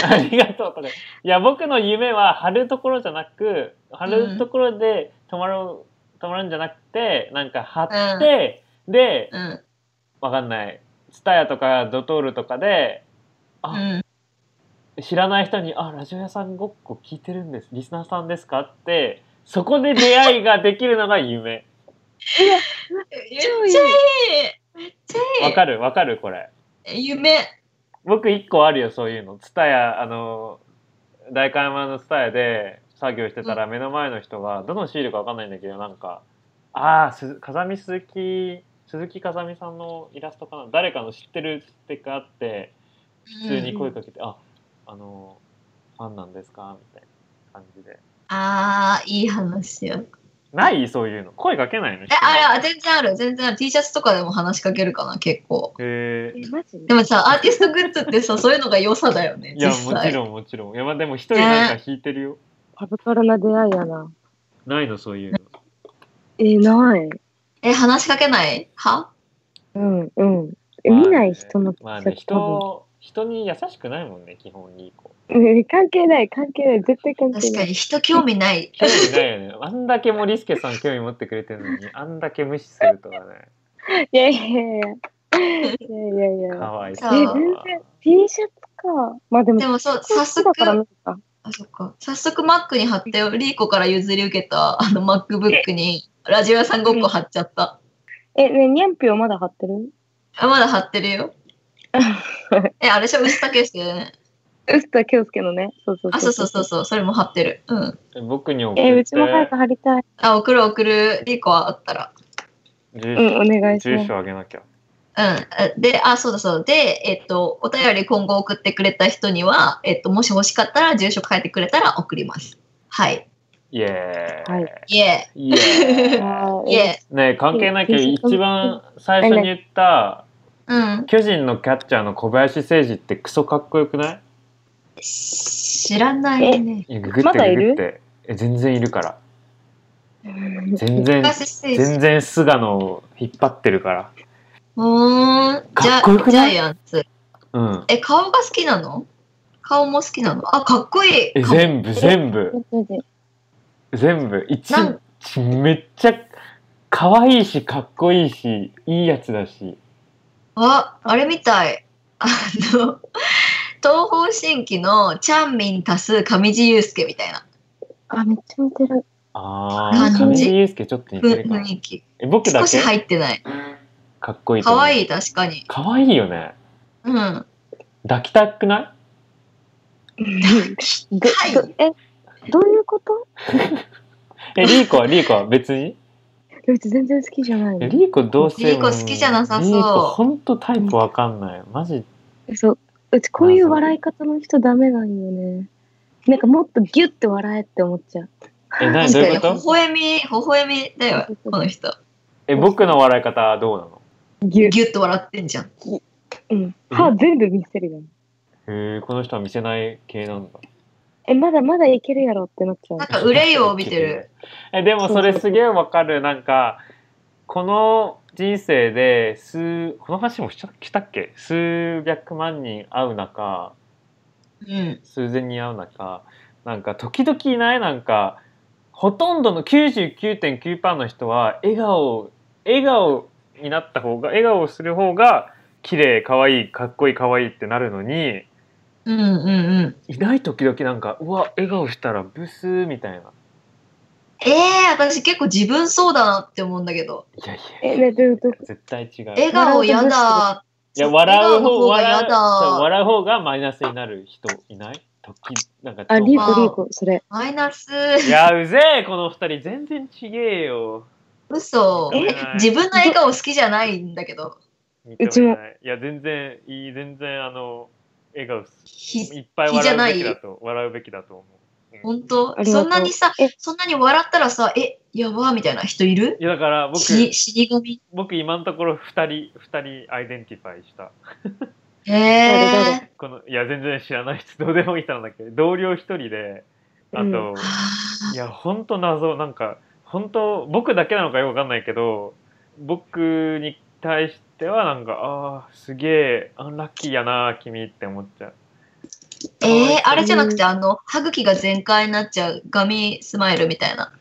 Speaker 4: ありがとう、これ。いや、僕の夢は、貼るところじゃなく、貼るところで止まる、止まるんじゃなくて、なんか貼って、で、
Speaker 1: うん。
Speaker 4: わかんない、ツタヤとかドトールとかで、あ
Speaker 1: うん。
Speaker 4: 知らない人に、あ、ラジオ屋さんごっこ聞いてるんです、リスナーさんですかって、そこで出会いができるのが夢。
Speaker 1: めっちゃいいめっちゃい
Speaker 4: わ
Speaker 1: い
Speaker 4: かる、わかる、これ。
Speaker 1: 夢。
Speaker 4: 僕一個あるよそういうの。ツタヤあの大会山のツタヤで作業してたら目の前の人がどのシールかわかんないんだけどなんかああす風見鈴木鈴木風見さんのイラストかな誰かの知ってるステッカーあって普通に声かけて、ああのファンなんですかみたいな感じで
Speaker 1: ああ、いい話よ。
Speaker 4: ないそういうの声かけないの
Speaker 1: え、あれは全然ある、全然ある。T シャツとかでも話しかけるかな、結構。
Speaker 4: えー
Speaker 2: えマジ
Speaker 1: でもさ、アーティストグッズって
Speaker 4: <laughs>
Speaker 1: さ、そういうのが良さだよね。
Speaker 4: いや
Speaker 1: 実
Speaker 4: もち
Speaker 1: 際。
Speaker 4: ろんもちろんいやまあでも一人なんか弾いてるよ、
Speaker 2: サブカルな出会いやな。
Speaker 4: ないのそういうの
Speaker 2: えー、ない。
Speaker 1: え、話しかけないは
Speaker 2: うん、うん。え
Speaker 4: まあね
Speaker 2: 見ない人の T シ
Speaker 4: まあ
Speaker 2: ャ
Speaker 4: ね、
Speaker 2: ツ多
Speaker 4: 人、人に優しくないもんね、基本にこう。
Speaker 2: 分うん関係ない、関係ない。絶対関係
Speaker 1: 確
Speaker 2: な
Speaker 1: か
Speaker 2: い。
Speaker 1: に人興味ない。
Speaker 4: 興味ないよ
Speaker 1: <laughs>
Speaker 4: ね。あんだけ森助さん興味持ってくれてるのに、あんだけ無視するとはね。
Speaker 2: いやいやいやいや。いやいやい
Speaker 4: か
Speaker 2: や。
Speaker 4: わいそ
Speaker 1: え
Speaker 4: う。
Speaker 2: 全然 T シャツか。まあでも、
Speaker 1: でもそう、早
Speaker 2: T シャツだから
Speaker 1: 速、
Speaker 2: 見るか。
Speaker 1: あ、そっか。早速 Mac に貼ってよ。リーコから譲り受けた、あの MacBook に、ラジオ屋さんごっこ貼っちゃった。
Speaker 2: え、ね、ニャンピをまだ貼ってる
Speaker 1: あ、まだ貼ってる
Speaker 4: <laughs>
Speaker 1: よ。え、あれでしょ、牛竹してね。
Speaker 2: 臼田圭介のね。そうそう
Speaker 1: あ、そうそうそうそう、それも貼ってる。うん。
Speaker 4: 僕に送って、
Speaker 2: えー、うちも早く貼りたい。
Speaker 1: あ、送る送る、リーコはあったら。
Speaker 4: 住
Speaker 2: うん、
Speaker 4: 所、
Speaker 2: お願いしま
Speaker 4: 住
Speaker 2: す。
Speaker 4: 所あげなきゃ。
Speaker 1: うんあ。で、あ、そうだそう。で、えっと、お便り今後送ってくれた人には、えっと、もし欲しかったら住所書いてくれたら送ります。はい。
Speaker 4: イエー
Speaker 2: は
Speaker 4: イ。
Speaker 2: い
Speaker 1: いえ、
Speaker 4: イエーイ。
Speaker 2: あー
Speaker 1: いえ。
Speaker 4: ねえ関係ないけど、
Speaker 2: T-shirt
Speaker 4: 一番最初に言った、
Speaker 1: うん。
Speaker 4: 巨人のキャッチャーの小林誠司ってクソかっこよくない
Speaker 1: 知らないね。
Speaker 4: いやググって
Speaker 2: まだい
Speaker 4: ググ
Speaker 2: る
Speaker 4: って。え全然いるから。
Speaker 2: うん
Speaker 4: 全然、
Speaker 1: 昔ステージ
Speaker 4: 全然菅野を引っ張ってるから。
Speaker 1: うーん。じ
Speaker 4: か
Speaker 1: ゃ
Speaker 4: っこよくない
Speaker 1: ジャイアンツ。
Speaker 4: うん。
Speaker 1: え、顔が好きなの顔も好きなのあ、かっこいい。
Speaker 4: え、
Speaker 1: かっ
Speaker 4: 全部、全部。全部一
Speaker 1: なん
Speaker 4: 日めっちゃ可愛いしかっこいいしいいやつだし
Speaker 1: あ、あれみたい。あの、東方神起のチャンミン足す上地雄介みたいな
Speaker 2: あ、めっちゃ似て
Speaker 1: <laughs>
Speaker 2: る。
Speaker 4: あ
Speaker 1: あ
Speaker 4: あ
Speaker 1: 感
Speaker 4: 上
Speaker 1: じ
Speaker 4: 地雄介ちょっと似てるか
Speaker 1: 雰
Speaker 4: な
Speaker 1: 囲気。
Speaker 4: え僕だ
Speaker 1: 少し
Speaker 4: け
Speaker 1: 入ってない。
Speaker 4: かっこいい
Speaker 1: かわい
Speaker 4: い
Speaker 1: い、確かに。
Speaker 4: かわいいよね
Speaker 1: うん。
Speaker 4: 抱きたくない
Speaker 2: ど
Speaker 1: はい
Speaker 2: どえ、どういうこと
Speaker 4: えリーコはリーコは別に
Speaker 2: うち全然好きじゃない
Speaker 4: え
Speaker 2: の。
Speaker 4: リーコどうせ
Speaker 1: リーコ好きじゃなさそう
Speaker 4: リーコほんとタイプわかんないマジ
Speaker 2: そう。うちこういう笑い方の人ダメなんよね。なんかもっとギュッて笑えって思っちゃう。
Speaker 4: え何
Speaker 1: 確
Speaker 4: どう
Speaker 1: か
Speaker 4: い
Speaker 1: に、微
Speaker 4: う
Speaker 1: 笑み、
Speaker 4: こと
Speaker 1: 微笑みだよ、この人。
Speaker 4: え僕の笑い方はどうなの
Speaker 2: ギュッ。
Speaker 1: ギュッと笑ってんじゃん。
Speaker 2: うん。歯全部見せるよね。
Speaker 4: へえこの人は見せない系なんだ
Speaker 2: え、まだまだいけるやろってなっちゃう
Speaker 1: なん。か憂いを帯びてる。
Speaker 4: えでもそれすげえわかるなんかこの人生で数この話もしたしたっけ数百万人会う中
Speaker 1: うん。
Speaker 4: 数千人会う中なんか時々いないなんかほとんどの99.9%の人は笑顔笑顔になった方が笑顔をする方が綺麗可愛いかっこいい可愛いってなるのに
Speaker 1: うんうんうん。
Speaker 4: いない時々なんかうわ笑顔したらブスみたいな。
Speaker 1: ええー、私結構自分そうだなって思うんだけど。
Speaker 4: いやい
Speaker 2: え、ね、どういうこと
Speaker 4: や絶対違う。
Speaker 1: 笑顔やだ。
Speaker 4: いや、笑う方
Speaker 1: 笑う方
Speaker 4: が笑うそう
Speaker 1: がやだ。
Speaker 4: 笑う方がマイナスになる人いない時なんか
Speaker 2: あ、リー
Speaker 1: あ
Speaker 2: コ、
Speaker 1: ー
Speaker 2: リーコ、それ。
Speaker 1: マイナス。
Speaker 4: いや、うぜえ、この二人、全然ちげえよ。
Speaker 1: 嘘。
Speaker 4: え
Speaker 1: 自分の笑顔好きじゃないんだけど。
Speaker 2: うちも
Speaker 4: 認めない。いや、全然、いい、全然、あの、笑顔す、
Speaker 1: ひ
Speaker 4: いっぱい
Speaker 1: ひじゃ
Speaker 4: 笑
Speaker 1: な
Speaker 4: う
Speaker 1: い
Speaker 4: べきだと、笑うべきだと思う。うん
Speaker 1: 本
Speaker 2: あ
Speaker 1: 当
Speaker 2: りがとう
Speaker 1: そんなにさ
Speaker 2: え、
Speaker 1: そんなに笑ったらさ、え、やばーみたいな人いる
Speaker 4: いや、だから、僕、
Speaker 1: 死に死神
Speaker 4: 僕、今のところ、二人、二人、アイデンティファイした。
Speaker 1: へ
Speaker 2: 誰
Speaker 1: え。
Speaker 4: この、いや、全然知らない人、どうでもいい人なんだけど、同僚一人で、あと、
Speaker 2: うん
Speaker 1: あ
Speaker 4: いや本当謎なんか本当僕だけなのかよくわかんないけど僕に対してはなんかああすげえアンラッキーやな君って思っちゃう
Speaker 1: えー、あれじゃなくて、あの、歯茎が全開になっちゃうガミスマイルみたいな。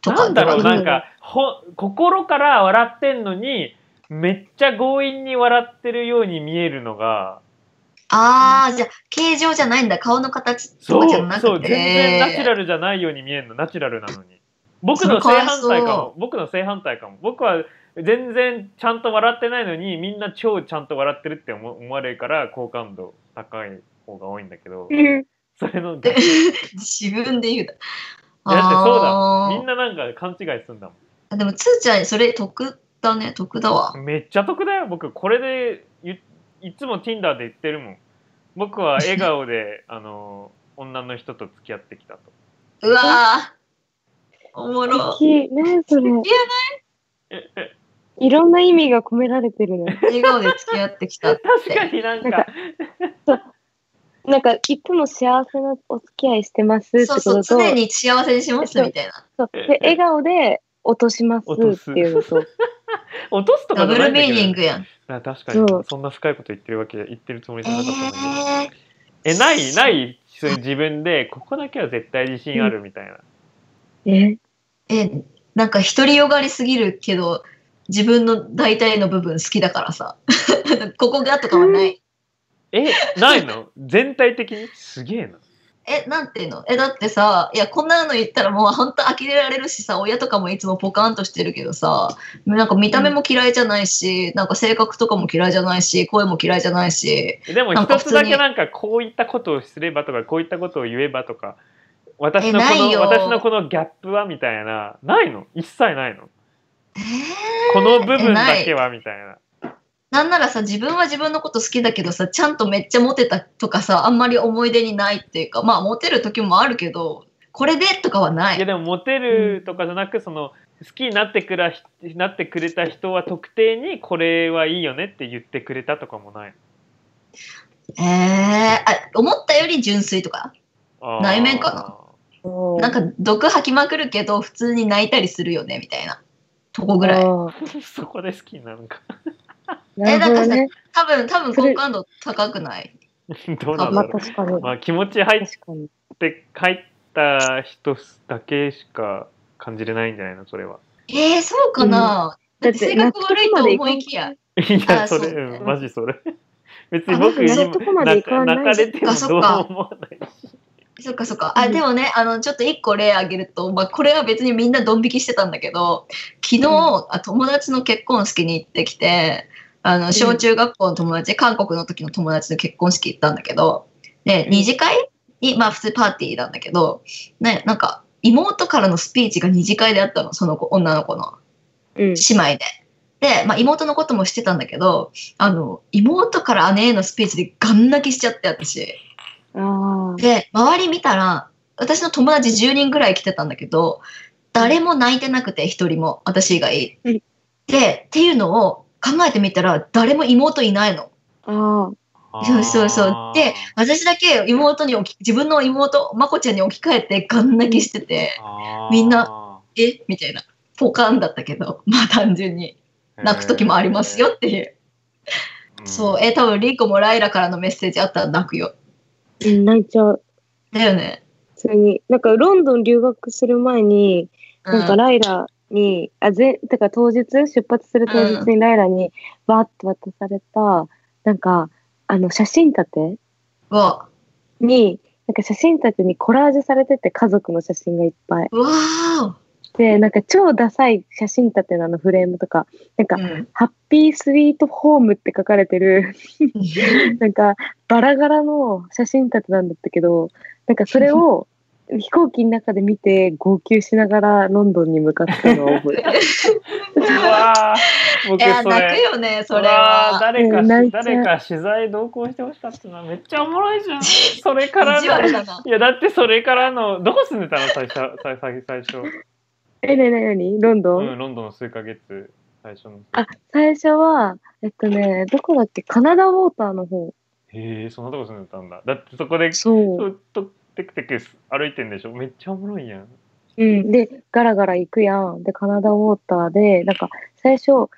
Speaker 1: と
Speaker 4: な
Speaker 1: か
Speaker 4: んだろう
Speaker 2: とか
Speaker 4: なんかほ心から笑ってんのにめっちゃ強引に笑ってるように見えるのが
Speaker 1: ああ、じゃあ、形状じゃないんだ。顔の形と
Speaker 4: そ
Speaker 1: か
Speaker 4: う
Speaker 1: じゃなくて。
Speaker 4: そう全然ナチュラルじゃないように見えるのナチュラルなのに僕の正反対かも僕の正反対かも僕は全然ちゃんと笑ってないのにみんな超ちゃんと笑ってるって思思われるから好感度高い方が多いんだけど
Speaker 2: うん
Speaker 4: それの
Speaker 1: で
Speaker 4: だって
Speaker 1: 自分で言うな。
Speaker 4: そうだ
Speaker 1: あー
Speaker 4: みんななんか勘違いするんだもん
Speaker 1: あでも、つーちゃん、それ得だね、得だわ。
Speaker 4: めっちゃ得だよ僕これでゆいつも Tinder で言ってるもん僕は笑顔であの女の人と付き合ってきたと
Speaker 1: うわーおもろ。
Speaker 2: き、何それ。いろんな意味が込められ
Speaker 1: <laughs>
Speaker 2: てるね。
Speaker 1: 笑顔で付き合ってきたって。
Speaker 4: 確かになんか
Speaker 2: なんなんか、いつも幸せなお付き合いしてますって
Speaker 1: そ
Speaker 2: こ
Speaker 1: うそう、
Speaker 2: とと、
Speaker 1: 常に幸せにしますみたいな。
Speaker 2: そうで笑顔で落としますっていうのと、
Speaker 4: 落とすと
Speaker 1: ダ
Speaker 4: かじ
Speaker 1: ブ
Speaker 4: ゃな
Speaker 1: ル
Speaker 4: い
Speaker 1: ミー
Speaker 4: んだけど
Speaker 1: ニングやん。
Speaker 4: あ確かに
Speaker 2: そう
Speaker 4: そんな深いこと言ってるわけ言ってるつもり
Speaker 1: え
Speaker 4: じゃなかったんだけど
Speaker 1: ー、
Speaker 4: えないないそういう自分でここだけは絶対自信あるみたいな、
Speaker 2: え、
Speaker 1: え、なんか独りよがりすぎるけど、自分の大体の部分好きだからさ。 <laughs> ここがとかはない。
Speaker 4: えないの全体的にすげえな
Speaker 1: え、なんていうのえ、だってさ、いや、こんなの言ったらもう本当呆れられるしさ、親とかもいつもポカンとしてるけどさ、なんか見た目も嫌いじゃないし、なんか性格とかも嫌いじゃないし、声も嫌いじゃないし、
Speaker 4: でも
Speaker 1: なんか
Speaker 4: 一
Speaker 1: 普
Speaker 4: つ
Speaker 1: 通
Speaker 4: だ
Speaker 1: に
Speaker 4: けなんかこういったことをすればとかこういったことを言えばとか私のこ
Speaker 1: えない
Speaker 4: の
Speaker 1: よ
Speaker 4: 私のこのギャップはみたいなないの一切ないの
Speaker 1: えー
Speaker 4: この部分だけはみたいな
Speaker 1: なんならさ、自分は自分のこと好きだけどさ、ちゃんとめっちゃモテたとかさ、あんまり思い出にないっていうか、まあモテる時もあるけど、これでとかはないい
Speaker 4: や。でもモテるとかじゃなくその好きになってくらなってくれた人は特定にこれはいいよねって言ってくれたとかもない
Speaker 1: えー、あ思ったより純粋とか
Speaker 4: あー
Speaker 1: 内面か
Speaker 2: な
Speaker 1: なんか毒吐きまくるけど普通に泣いたりするよねみたいなとこぐらい
Speaker 2: い。
Speaker 4: <laughs> そこで好きになるのか
Speaker 2: なるほどね。
Speaker 1: 多分多分
Speaker 2: それ
Speaker 1: 好感度高くない
Speaker 4: どうなん <laughs>
Speaker 2: ま
Speaker 4: だ
Speaker 2: あ
Speaker 4: ろ
Speaker 2: 確か
Speaker 4: う、
Speaker 2: に。
Speaker 4: まあ、気持ち入っ
Speaker 2: 確かに。
Speaker 4: て入った人だけしか感じれないんじゃないのそれは
Speaker 1: えー、そうかな、
Speaker 2: だ
Speaker 1: だ
Speaker 2: っ
Speaker 1: ってて性格悪いと思いきや
Speaker 4: いや、
Speaker 1: あ
Speaker 4: それ、
Speaker 1: そうだよね
Speaker 4: うんマジそれ。 <laughs> 別
Speaker 1: あ
Speaker 4: に僕
Speaker 1: 僕
Speaker 4: に
Speaker 1: そう
Speaker 2: いうとこまでいかない
Speaker 4: 泣かれても
Speaker 1: そっ
Speaker 4: どう
Speaker 1: かそっか
Speaker 4: も思わないし。
Speaker 1: そっかそっかあでもねあのちょっと一個例挙げると、まあ、これは別にみんなドン引きしてたんだけど昨日、あ友達の結婚式に行ってきてあの小中学校の友達、韓国の時の友達の結婚式行ったんだけどで二次会にまあ普通パーティーなんだけど、ね、なんか妹からのスピーチが二次会であったのその子女の子の。
Speaker 2: うん。
Speaker 1: 姉妹で。で、まあ、妹のこともしてたんだけど、あの、妹から姉へのスピーチでガン泣きしちゃって、私。
Speaker 2: ああ。
Speaker 1: で、周り見たら、私の友達10人ぐらい来てたんだけど、誰も泣いてなくて、一人も、私以外
Speaker 2: うん。
Speaker 1: で、っていうのを考えてみたら、誰も妹いないの。
Speaker 2: あ
Speaker 1: そうそうそ
Speaker 4: あー
Speaker 1: う。で、、私だけ妹に置き、自分の妹、まこちゃんに置き換えてガン泣きしてて、
Speaker 4: あー
Speaker 1: みんな、えみたいな。ポカンだったけど、まあ単純に。泣く時もありますよっていう。
Speaker 4: へー。
Speaker 1: そう、え、多分リコもライラからのメッセージあったら泣くよ。
Speaker 2: あ。うん泣いちゃう。
Speaker 1: だよね。
Speaker 2: 普通に。なんかロンドン留学する前に、
Speaker 1: う
Speaker 2: なんかライラに、あ、ぜ、てか当日、出発する当日にライラに、わーっと渡された、なんか、あの、写真立て
Speaker 1: うわ、
Speaker 2: に、なんか写真立てにコラージュされてて家族の写真がいっぱい。
Speaker 1: うわ
Speaker 2: で、なんか超ダサい写真立てなのフレームとか、なんか
Speaker 1: ー、うん、
Speaker 2: ハッピースイートホームって書かれてる、 <laughs> なんかバラ柄の写真立てなんだったけど、なんかそれを飛行機の中で見て号泣しながらロンドンに向かったのを覚えてる。
Speaker 4: うわー、
Speaker 1: い
Speaker 4: 僕
Speaker 1: や、
Speaker 4: そ
Speaker 1: 泣く
Speaker 4: れ。
Speaker 1: よね、
Speaker 4: そ
Speaker 1: そ
Speaker 4: れ
Speaker 1: れ
Speaker 4: は
Speaker 1: は。
Speaker 4: 誰か
Speaker 2: うん泣いちゃう
Speaker 4: 誰か取材同行してほしかったなめっちゃおも
Speaker 1: <laughs>
Speaker 4: ろいじゃんそれから
Speaker 1: 意地悪
Speaker 4: の
Speaker 1: だな。
Speaker 4: いやだってそれからのどこ住んでたの最初最最最初
Speaker 2: え、ねえねえ何ロンドン、
Speaker 4: うんロンドンの数ヶ月最初の
Speaker 2: あ最初は、えっとね、どこだっけカナダウォーターの方。
Speaker 4: へえそんなとこ住んでたんだだってそこで
Speaker 2: そ。
Speaker 4: そううとテクテク歩いてんでしょめっちゃおもろいやん。
Speaker 2: うん。で、ガラガラ行くやん。で、カナダウォーターで、なんか、最初、8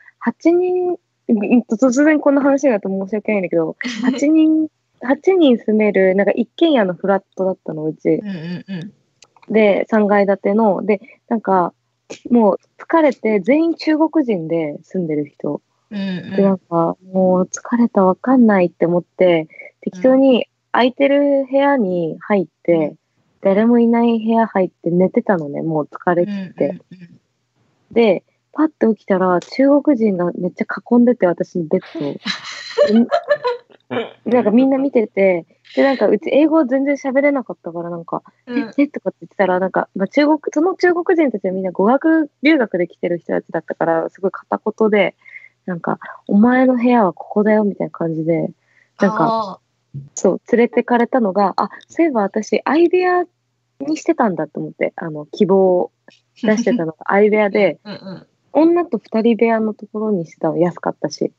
Speaker 2: 人、うん突然こんな話になって申し訳ないんだけど、8人8人住める、なんか一軒家のフラットだったの、うち。
Speaker 1: うんうんうん。
Speaker 2: で、3階建ての、で、なんか、もう疲れて、全員中国人で住んでる人。
Speaker 1: うん
Speaker 2: で、なんか、もう疲れた、わかんないって思って、適当に空いてる部屋に入って、誰もいない部屋入って寝てたのね、もう疲れ
Speaker 1: うんうん
Speaker 2: て。で、パッと起きたら、中国人がめっちゃ囲んでて、私のベッ
Speaker 1: <laughs>
Speaker 2: ドを。でなんかみんな見てて、で、なんかうち英語全然喋れなかったから、なんか、
Speaker 1: うんうん
Speaker 2: え、えとかって言ってたら、なんか、まあ、中国、その中国人たちはみんな語学留学で来てる人たちだったから、すごい片言で、なんか、お前の部屋はここだよみたいな感じで、なんか、
Speaker 1: あ
Speaker 2: そう、連れてかれたのが、あ、そういえば私、アイデアにしてたんだと思って、あの、希望を
Speaker 1: ー
Speaker 2: 出してたのがアイデ
Speaker 1: <laughs>
Speaker 2: アで、
Speaker 1: うんうん
Speaker 2: 女と二人部屋のところにしてたの、安かったし。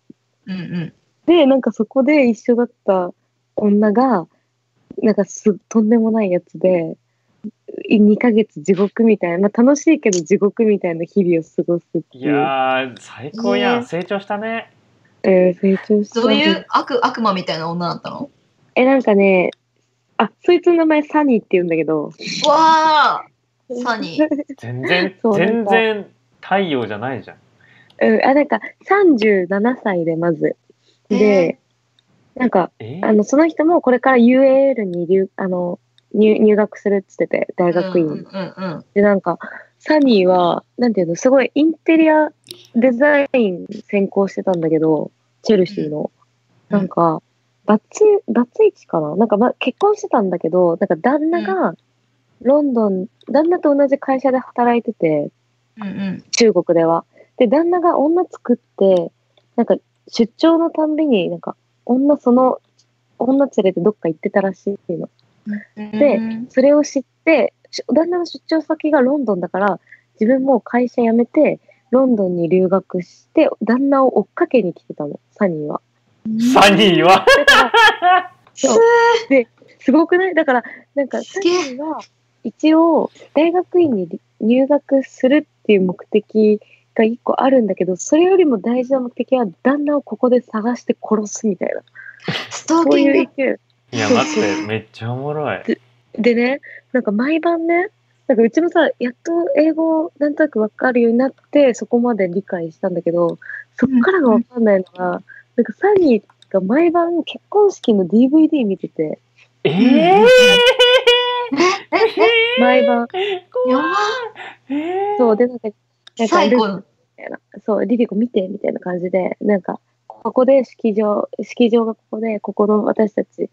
Speaker 1: うんうん
Speaker 2: で、なんかそこで一緒だった女が、なんかす、とんでもないやつで、い2ヶ月地獄みたいな、まあ、楽しいけど地獄みたいな日々を過ごすって
Speaker 3: い
Speaker 2: いう。
Speaker 3: やー最高やん、
Speaker 1: ね
Speaker 3: 成長したね
Speaker 2: えー成長した。
Speaker 1: そういう悪悪魔みたいな女だったの
Speaker 2: え、なんかね、あ、そいつの名前サニーって言うんだけど。
Speaker 1: わあサニー。
Speaker 3: 全然
Speaker 2: そう
Speaker 3: 全然太陽じゃないじゃん
Speaker 2: <laughs> うん、あ、なんか37歳でまず。で、なんか、
Speaker 3: え
Speaker 2: あの、その人もこれから UAL に留、あの、入入学するっつってて、大学院。
Speaker 1: うんうんうん
Speaker 2: で、なんか、サニーは、なんていうの、すごいインテリアデザイン専攻してたんだけど、チェルシーの。
Speaker 1: うん
Speaker 2: なんか、バツ、バツイチかななんか、ま、結婚してたんだけど、なんか旦那が、ロンドン、旦那と同じ会社で働いてて、
Speaker 1: うんうん
Speaker 2: 中国では。で、旦那が女作って、なんか、出張のたんびに、なんか、女その、女連れてどっか行ってたらしいの。
Speaker 1: うん
Speaker 2: で
Speaker 1: うん
Speaker 2: それを知って、し旦那の出張先がロンドンだから、自分もう会社辞めて、ロンドンに留学して、旦那を追っかけに来てたの、サニーは。
Speaker 4: サニーは
Speaker 2: だから、
Speaker 1: す
Speaker 2: すごくないだから、なんか、
Speaker 1: す
Speaker 2: サ
Speaker 1: げ
Speaker 2: ニ
Speaker 1: え
Speaker 2: ーは、一応、大学院に入学するっていう目的が一個あるんだけど、それよりも大事な目的は、旦那をここで探して殺すみたいな。
Speaker 1: ストー
Speaker 2: そう
Speaker 1: キ
Speaker 2: い
Speaker 1: ング
Speaker 2: う勢い。
Speaker 3: いや待ってめっちゃおもろい
Speaker 2: でね、なんか毎晩ね、なんかうちもさ、やっと英語なんとなくわかるようになって、そこまで理解したんだけど、そっからがわかんないのが、なんかサニーが毎晩結婚式の DVD 見てて、
Speaker 3: えー、
Speaker 1: ん
Speaker 3: え
Speaker 1: え
Speaker 2: 毎晩。
Speaker 3: ー
Speaker 1: えやば
Speaker 3: えー
Speaker 2: そう、で、なんか、なんか
Speaker 1: 最
Speaker 2: ル
Speaker 1: 後
Speaker 2: みたいな、そう、リリコ見て、みたいな感じで、なんか、ここで式場、式場がここで、ここの私たち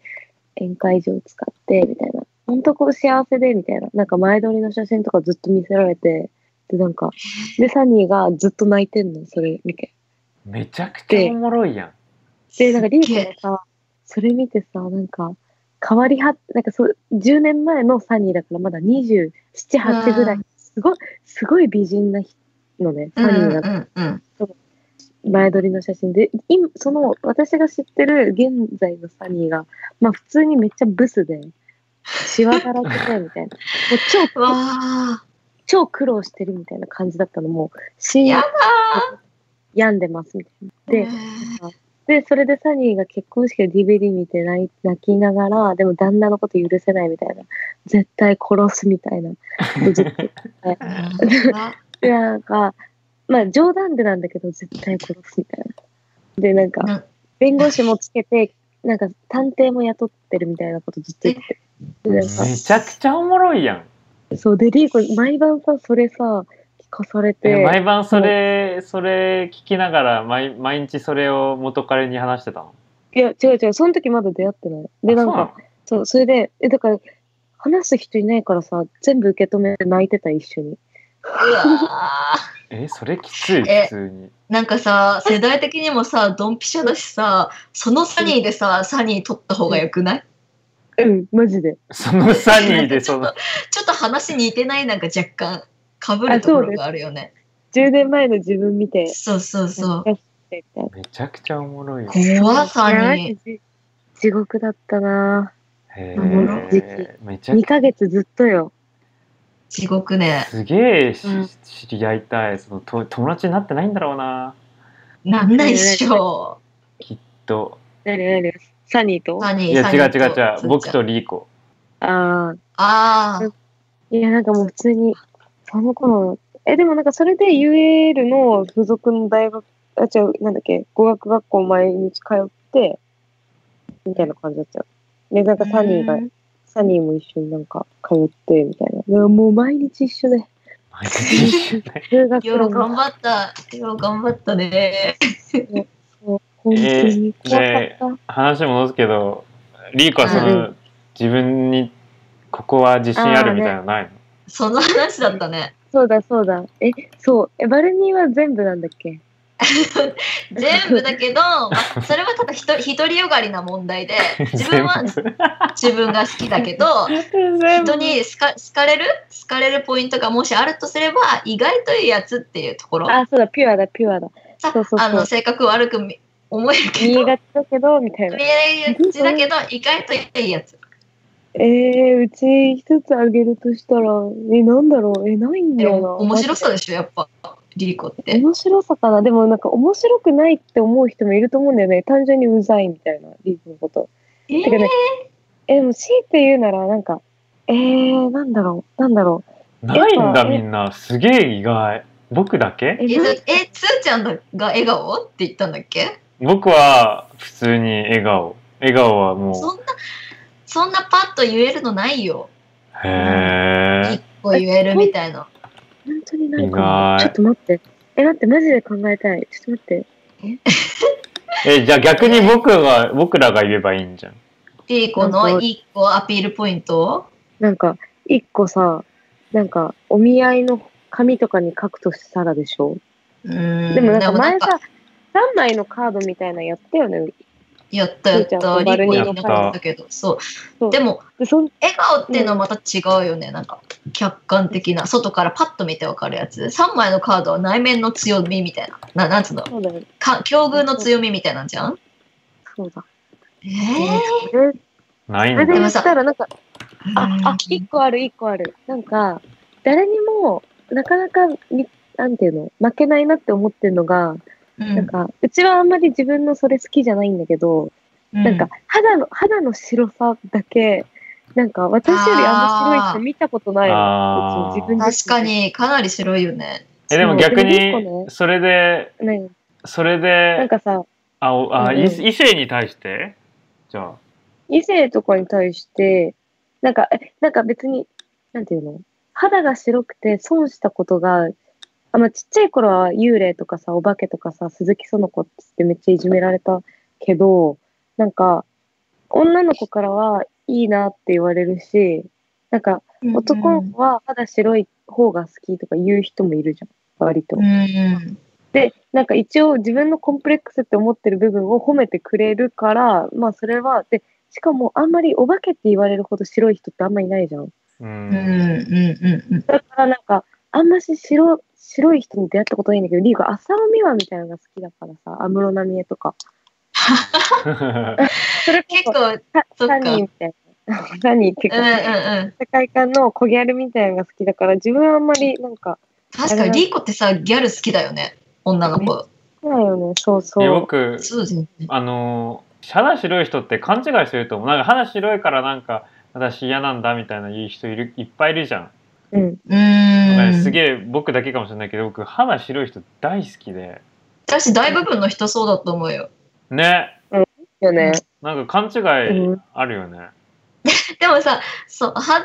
Speaker 2: 宴会場を使って、みたいな。本当こう幸せで、みたいな。なんか前撮りの写真とかずっと見せられて、で、なんか、で、サニーがずっと泣いてんの、それ見て。
Speaker 3: めちゃくちゃおもろいやん
Speaker 2: で、なんか、リ
Speaker 1: すっげ
Speaker 2: ー
Speaker 1: え
Speaker 2: コがさ、それ見てさ、なんか、変わりは、なんかそう、10年前のサニーだから、まだ27、8ぐらい。すごい、すごい美人な人のね、
Speaker 1: うん
Speaker 2: サニー
Speaker 1: う
Speaker 2: が
Speaker 1: んうん
Speaker 2: 前撮りの写真で、今、その、私が知ってる現在のサニーが、まあ普通にめっちゃブスで、シワだらけで、みたいな。もう
Speaker 1: うんわあ
Speaker 2: 超苦労してるみたいな感じだったのも、深
Speaker 1: や
Speaker 2: 夜
Speaker 1: だ
Speaker 2: 病んでます、みたいな。で
Speaker 1: えー
Speaker 2: で、それでサニーが結婚式の DVD 見て泣い泣きながら、でも旦那のこと許せないみたいな。絶対殺すみたいな。ずっと
Speaker 1: うんあ
Speaker 2: でなんか、まあ冗談でなんだけど、絶対殺すみたいな。で、なんか、
Speaker 1: うん
Speaker 2: 弁護士もつけて、なんか探偵も雇ってるみたいなことずっと言って。でなんか
Speaker 3: めちゃくちゃおもろいやん
Speaker 2: そう、で、リーコ、毎晩さ、それさ、聞かされ
Speaker 3: え
Speaker 2: て、
Speaker 3: 毎晩それそれ聞きながら毎毎日それを元彼に話してたの
Speaker 2: いや、違う違う、その時まだ出会ってない。で、なんか、そうそれで、え、だから、話す人いないからさ、全部受け止めて泣いてた、一緒に。
Speaker 1: うわー
Speaker 3: そうなのえそれきつい
Speaker 1: え
Speaker 3: 普通に
Speaker 1: なんか
Speaker 4: <laughs>
Speaker 1: さ世代的にもさドンピシャだしさそのサニーでさサニー取った方がよくない
Speaker 2: うん、マジで。
Speaker 3: そのサニーで
Speaker 1: ち
Speaker 3: そ
Speaker 1: ょっ
Speaker 3: の
Speaker 1: と <laughs> ちょっと話似てないなんか若干かぶるところがあるよね
Speaker 2: 10年前の自分見て、
Speaker 1: そうそうそう
Speaker 2: 懐かしくてみたいな
Speaker 3: めちゃくちゃおもろいよ
Speaker 1: 怖さ
Speaker 2: いや
Speaker 1: に
Speaker 2: マジ地獄だったなぁ。
Speaker 3: へ
Speaker 2: <laughs> おもろい時期
Speaker 3: えめちゃ
Speaker 2: 2
Speaker 3: くち
Speaker 2: ヶ月ずっとよ。
Speaker 1: 地獄ね
Speaker 3: ゃすげえし
Speaker 2: うん
Speaker 3: 知り合いたいそのと友達になってないんだろうな
Speaker 1: なんないっしょ
Speaker 3: きっと
Speaker 2: なになにサニーと
Speaker 1: サニー
Speaker 4: いや
Speaker 1: サ
Speaker 4: 違
Speaker 1: ニ
Speaker 4: う
Speaker 1: ー
Speaker 4: 違う違う僕
Speaker 1: つっちゃん
Speaker 4: とリーコ <laughs>
Speaker 2: ああ。
Speaker 1: ああ
Speaker 2: いや、なんかもう普通に、その頃、え、でもなんかそれで UAL の付属の大学、あ、違う、なんだっけ、語学学校毎日通って、みたいな感じだったよ。で、なんかサニーが、サニーも一緒になんか通って、みたいな。いやもう毎日一緒で、数学
Speaker 1: 夜
Speaker 2: の
Speaker 1: 頑張った夜頑張ったね
Speaker 2: 本当に怖
Speaker 4: え
Speaker 2: かっ
Speaker 4: 話戻すけどリーコはその、
Speaker 2: う
Speaker 4: 自分にここは自信あるみたいなのないの、
Speaker 1: その話だったね
Speaker 2: た。そうだそうだ。え、そう。え、バルニーは全部なんだっけ
Speaker 1: 全部だけど、まあ、それはただひと独りよがりな問題で自分は
Speaker 4: <laughs> 全部
Speaker 1: 自分が好きだけど人に好か好かれる好かれるポイントがもしあるとすれば意外といいやつっていうところ
Speaker 2: あ、そうだ、ピュアだ、ピュアだ。
Speaker 1: さ
Speaker 2: そうそうそう
Speaker 1: あの性格悪くみ思えるけ
Speaker 2: 見え
Speaker 1: ど
Speaker 2: がちだけど、みたいな
Speaker 1: 見。えがちだけど意外といいやつ
Speaker 2: えー、うち一つあげるとしたら、え、なんだろう、え、ないんだ
Speaker 1: で
Speaker 2: よ
Speaker 1: も
Speaker 2: な。
Speaker 1: 面白さでしょやっぱリリコって
Speaker 2: 面白さかな。でもなんか面白くないって思う人もいると思うんだよね。単純にうざいみたいな、リーフのこと。
Speaker 1: えー
Speaker 2: だけどね、え、でも強いて言うなら、なんか、えー、なんだろう、なんだろう。
Speaker 4: ないんだ
Speaker 2: え
Speaker 4: みんなすげえ意外僕だ
Speaker 2: え、
Speaker 4: け
Speaker 1: え
Speaker 2: なん
Speaker 1: ずえつーちゃんが笑顔って言ったんだっけ
Speaker 4: 僕は普通に笑顔笑顔はも
Speaker 1: そんなそんなパッと言えるのないよ
Speaker 4: うへ
Speaker 1: 一個言えるみたいな
Speaker 2: 本当にないかも
Speaker 4: 意外
Speaker 2: ちょっと待って。え、待って、マジで考えたい。ちょっと待って。
Speaker 4: ええじゃあ逆に僕が僕らが言えばいいんじゃん
Speaker 1: リリコの一個アピールポイントを
Speaker 2: なんか、一個さ、なんか、お見合いの紙とかに書くとしたらでしょ
Speaker 1: で
Speaker 2: でもなんか前さ、3枚のカードみたいなのやったよね。
Speaker 1: やったやった、リ
Speaker 2: スーちゃん
Speaker 1: コに
Speaker 2: バルニー
Speaker 1: な
Speaker 2: の
Speaker 1: かったけど、そう。
Speaker 2: そう
Speaker 1: でも、
Speaker 2: で、そん
Speaker 1: 笑顔っていうのはまた違うよね、なんか、客観的な、外からパッと見てわかるやつ。3枚のカードは内面の強みみたいな、ななんつうの
Speaker 2: そうだよ。
Speaker 1: か、境遇の強みみたいなんじゃん
Speaker 2: そうだ。
Speaker 1: え
Speaker 2: それ
Speaker 4: ないん
Speaker 2: それ
Speaker 4: だ
Speaker 2: で
Speaker 1: も
Speaker 2: 言
Speaker 1: さ
Speaker 2: ったら、なんか、
Speaker 1: ー
Speaker 2: あ、あ、一個ある、一個ある。なんか、誰にも、なかなかみ、なんていうの、負けないなって思ってるのが、
Speaker 1: うん
Speaker 2: なんか、うちはあんまり自分のそれ好きじゃないんだけど、なんか、、肌の、肌の白さだけ、なんか、私よりあんま白い人見たことないの。
Speaker 4: あ
Speaker 2: うち自
Speaker 4: ー
Speaker 2: 分
Speaker 1: うん
Speaker 2: で
Speaker 1: 確かに、かなり白いよね。
Speaker 4: えでも逆
Speaker 2: そうでも
Speaker 4: に
Speaker 2: 一
Speaker 4: それで
Speaker 2: 個ね、ね
Speaker 4: それ
Speaker 2: なん
Speaker 4: で
Speaker 2: かさ、
Speaker 4: あおあ
Speaker 2: うん
Speaker 4: い異性に対してじゃあ
Speaker 2: 異性とかに対して、なんか、えなんか別に、なんていうの肌が白くて損したことが、あまあ、ちっちゃい頃は幽霊とかさ、お化けとかさ、鈴木園子っつってめっちゃいじめられたけど、なんか、女の子からはいいなって言われるし、なんか男の子は肌白い方が好きとか言う人もいるじゃん、割と
Speaker 1: うん。。うん
Speaker 2: で、なんか一応自分のコンプレックスって思ってる部分を褒めてくれるから、まあそれは、で、しかもあんまりお化けって言われるほど白い人ってあんまりいないじゃん。
Speaker 4: う
Speaker 1: うんうん
Speaker 4: <laughs> ん
Speaker 1: うんうん。
Speaker 2: だからなんか、あんまし白、白い人に出会ったことないんだけど、リーが浅尾美和みたいなのが好きだからさ、安室奈美恵とか。それこ
Speaker 1: 結
Speaker 2: そ、
Speaker 1: 構、
Speaker 2: サ
Speaker 1: そっか
Speaker 2: サニーみたいな。 <laughs> サニーっていう
Speaker 1: うん
Speaker 2: か、
Speaker 1: うんうん。
Speaker 2: 世界観の小ギャルみたいなのが好きだから、自分はあんまりなんか、
Speaker 1: 確かに、リーコってさ、ギャル好きだよね、女の子。
Speaker 2: 好きないよね、そうそ
Speaker 4: え
Speaker 2: う。
Speaker 4: 僕
Speaker 1: そうですね。
Speaker 4: あのー肌白い人って勘違いしてると思うなんか肌白いからなんか私嫌なんだみたいな言う人いるいっぱいいるじゃん、
Speaker 2: うん。
Speaker 1: うーん。
Speaker 4: すげえ僕だけかもしれないけど僕肌白い人大好きで
Speaker 1: 私大部分の人そうだと思うよ
Speaker 4: ね
Speaker 2: よね。
Speaker 4: なんか勘違いあるよね、
Speaker 1: でもさそう肌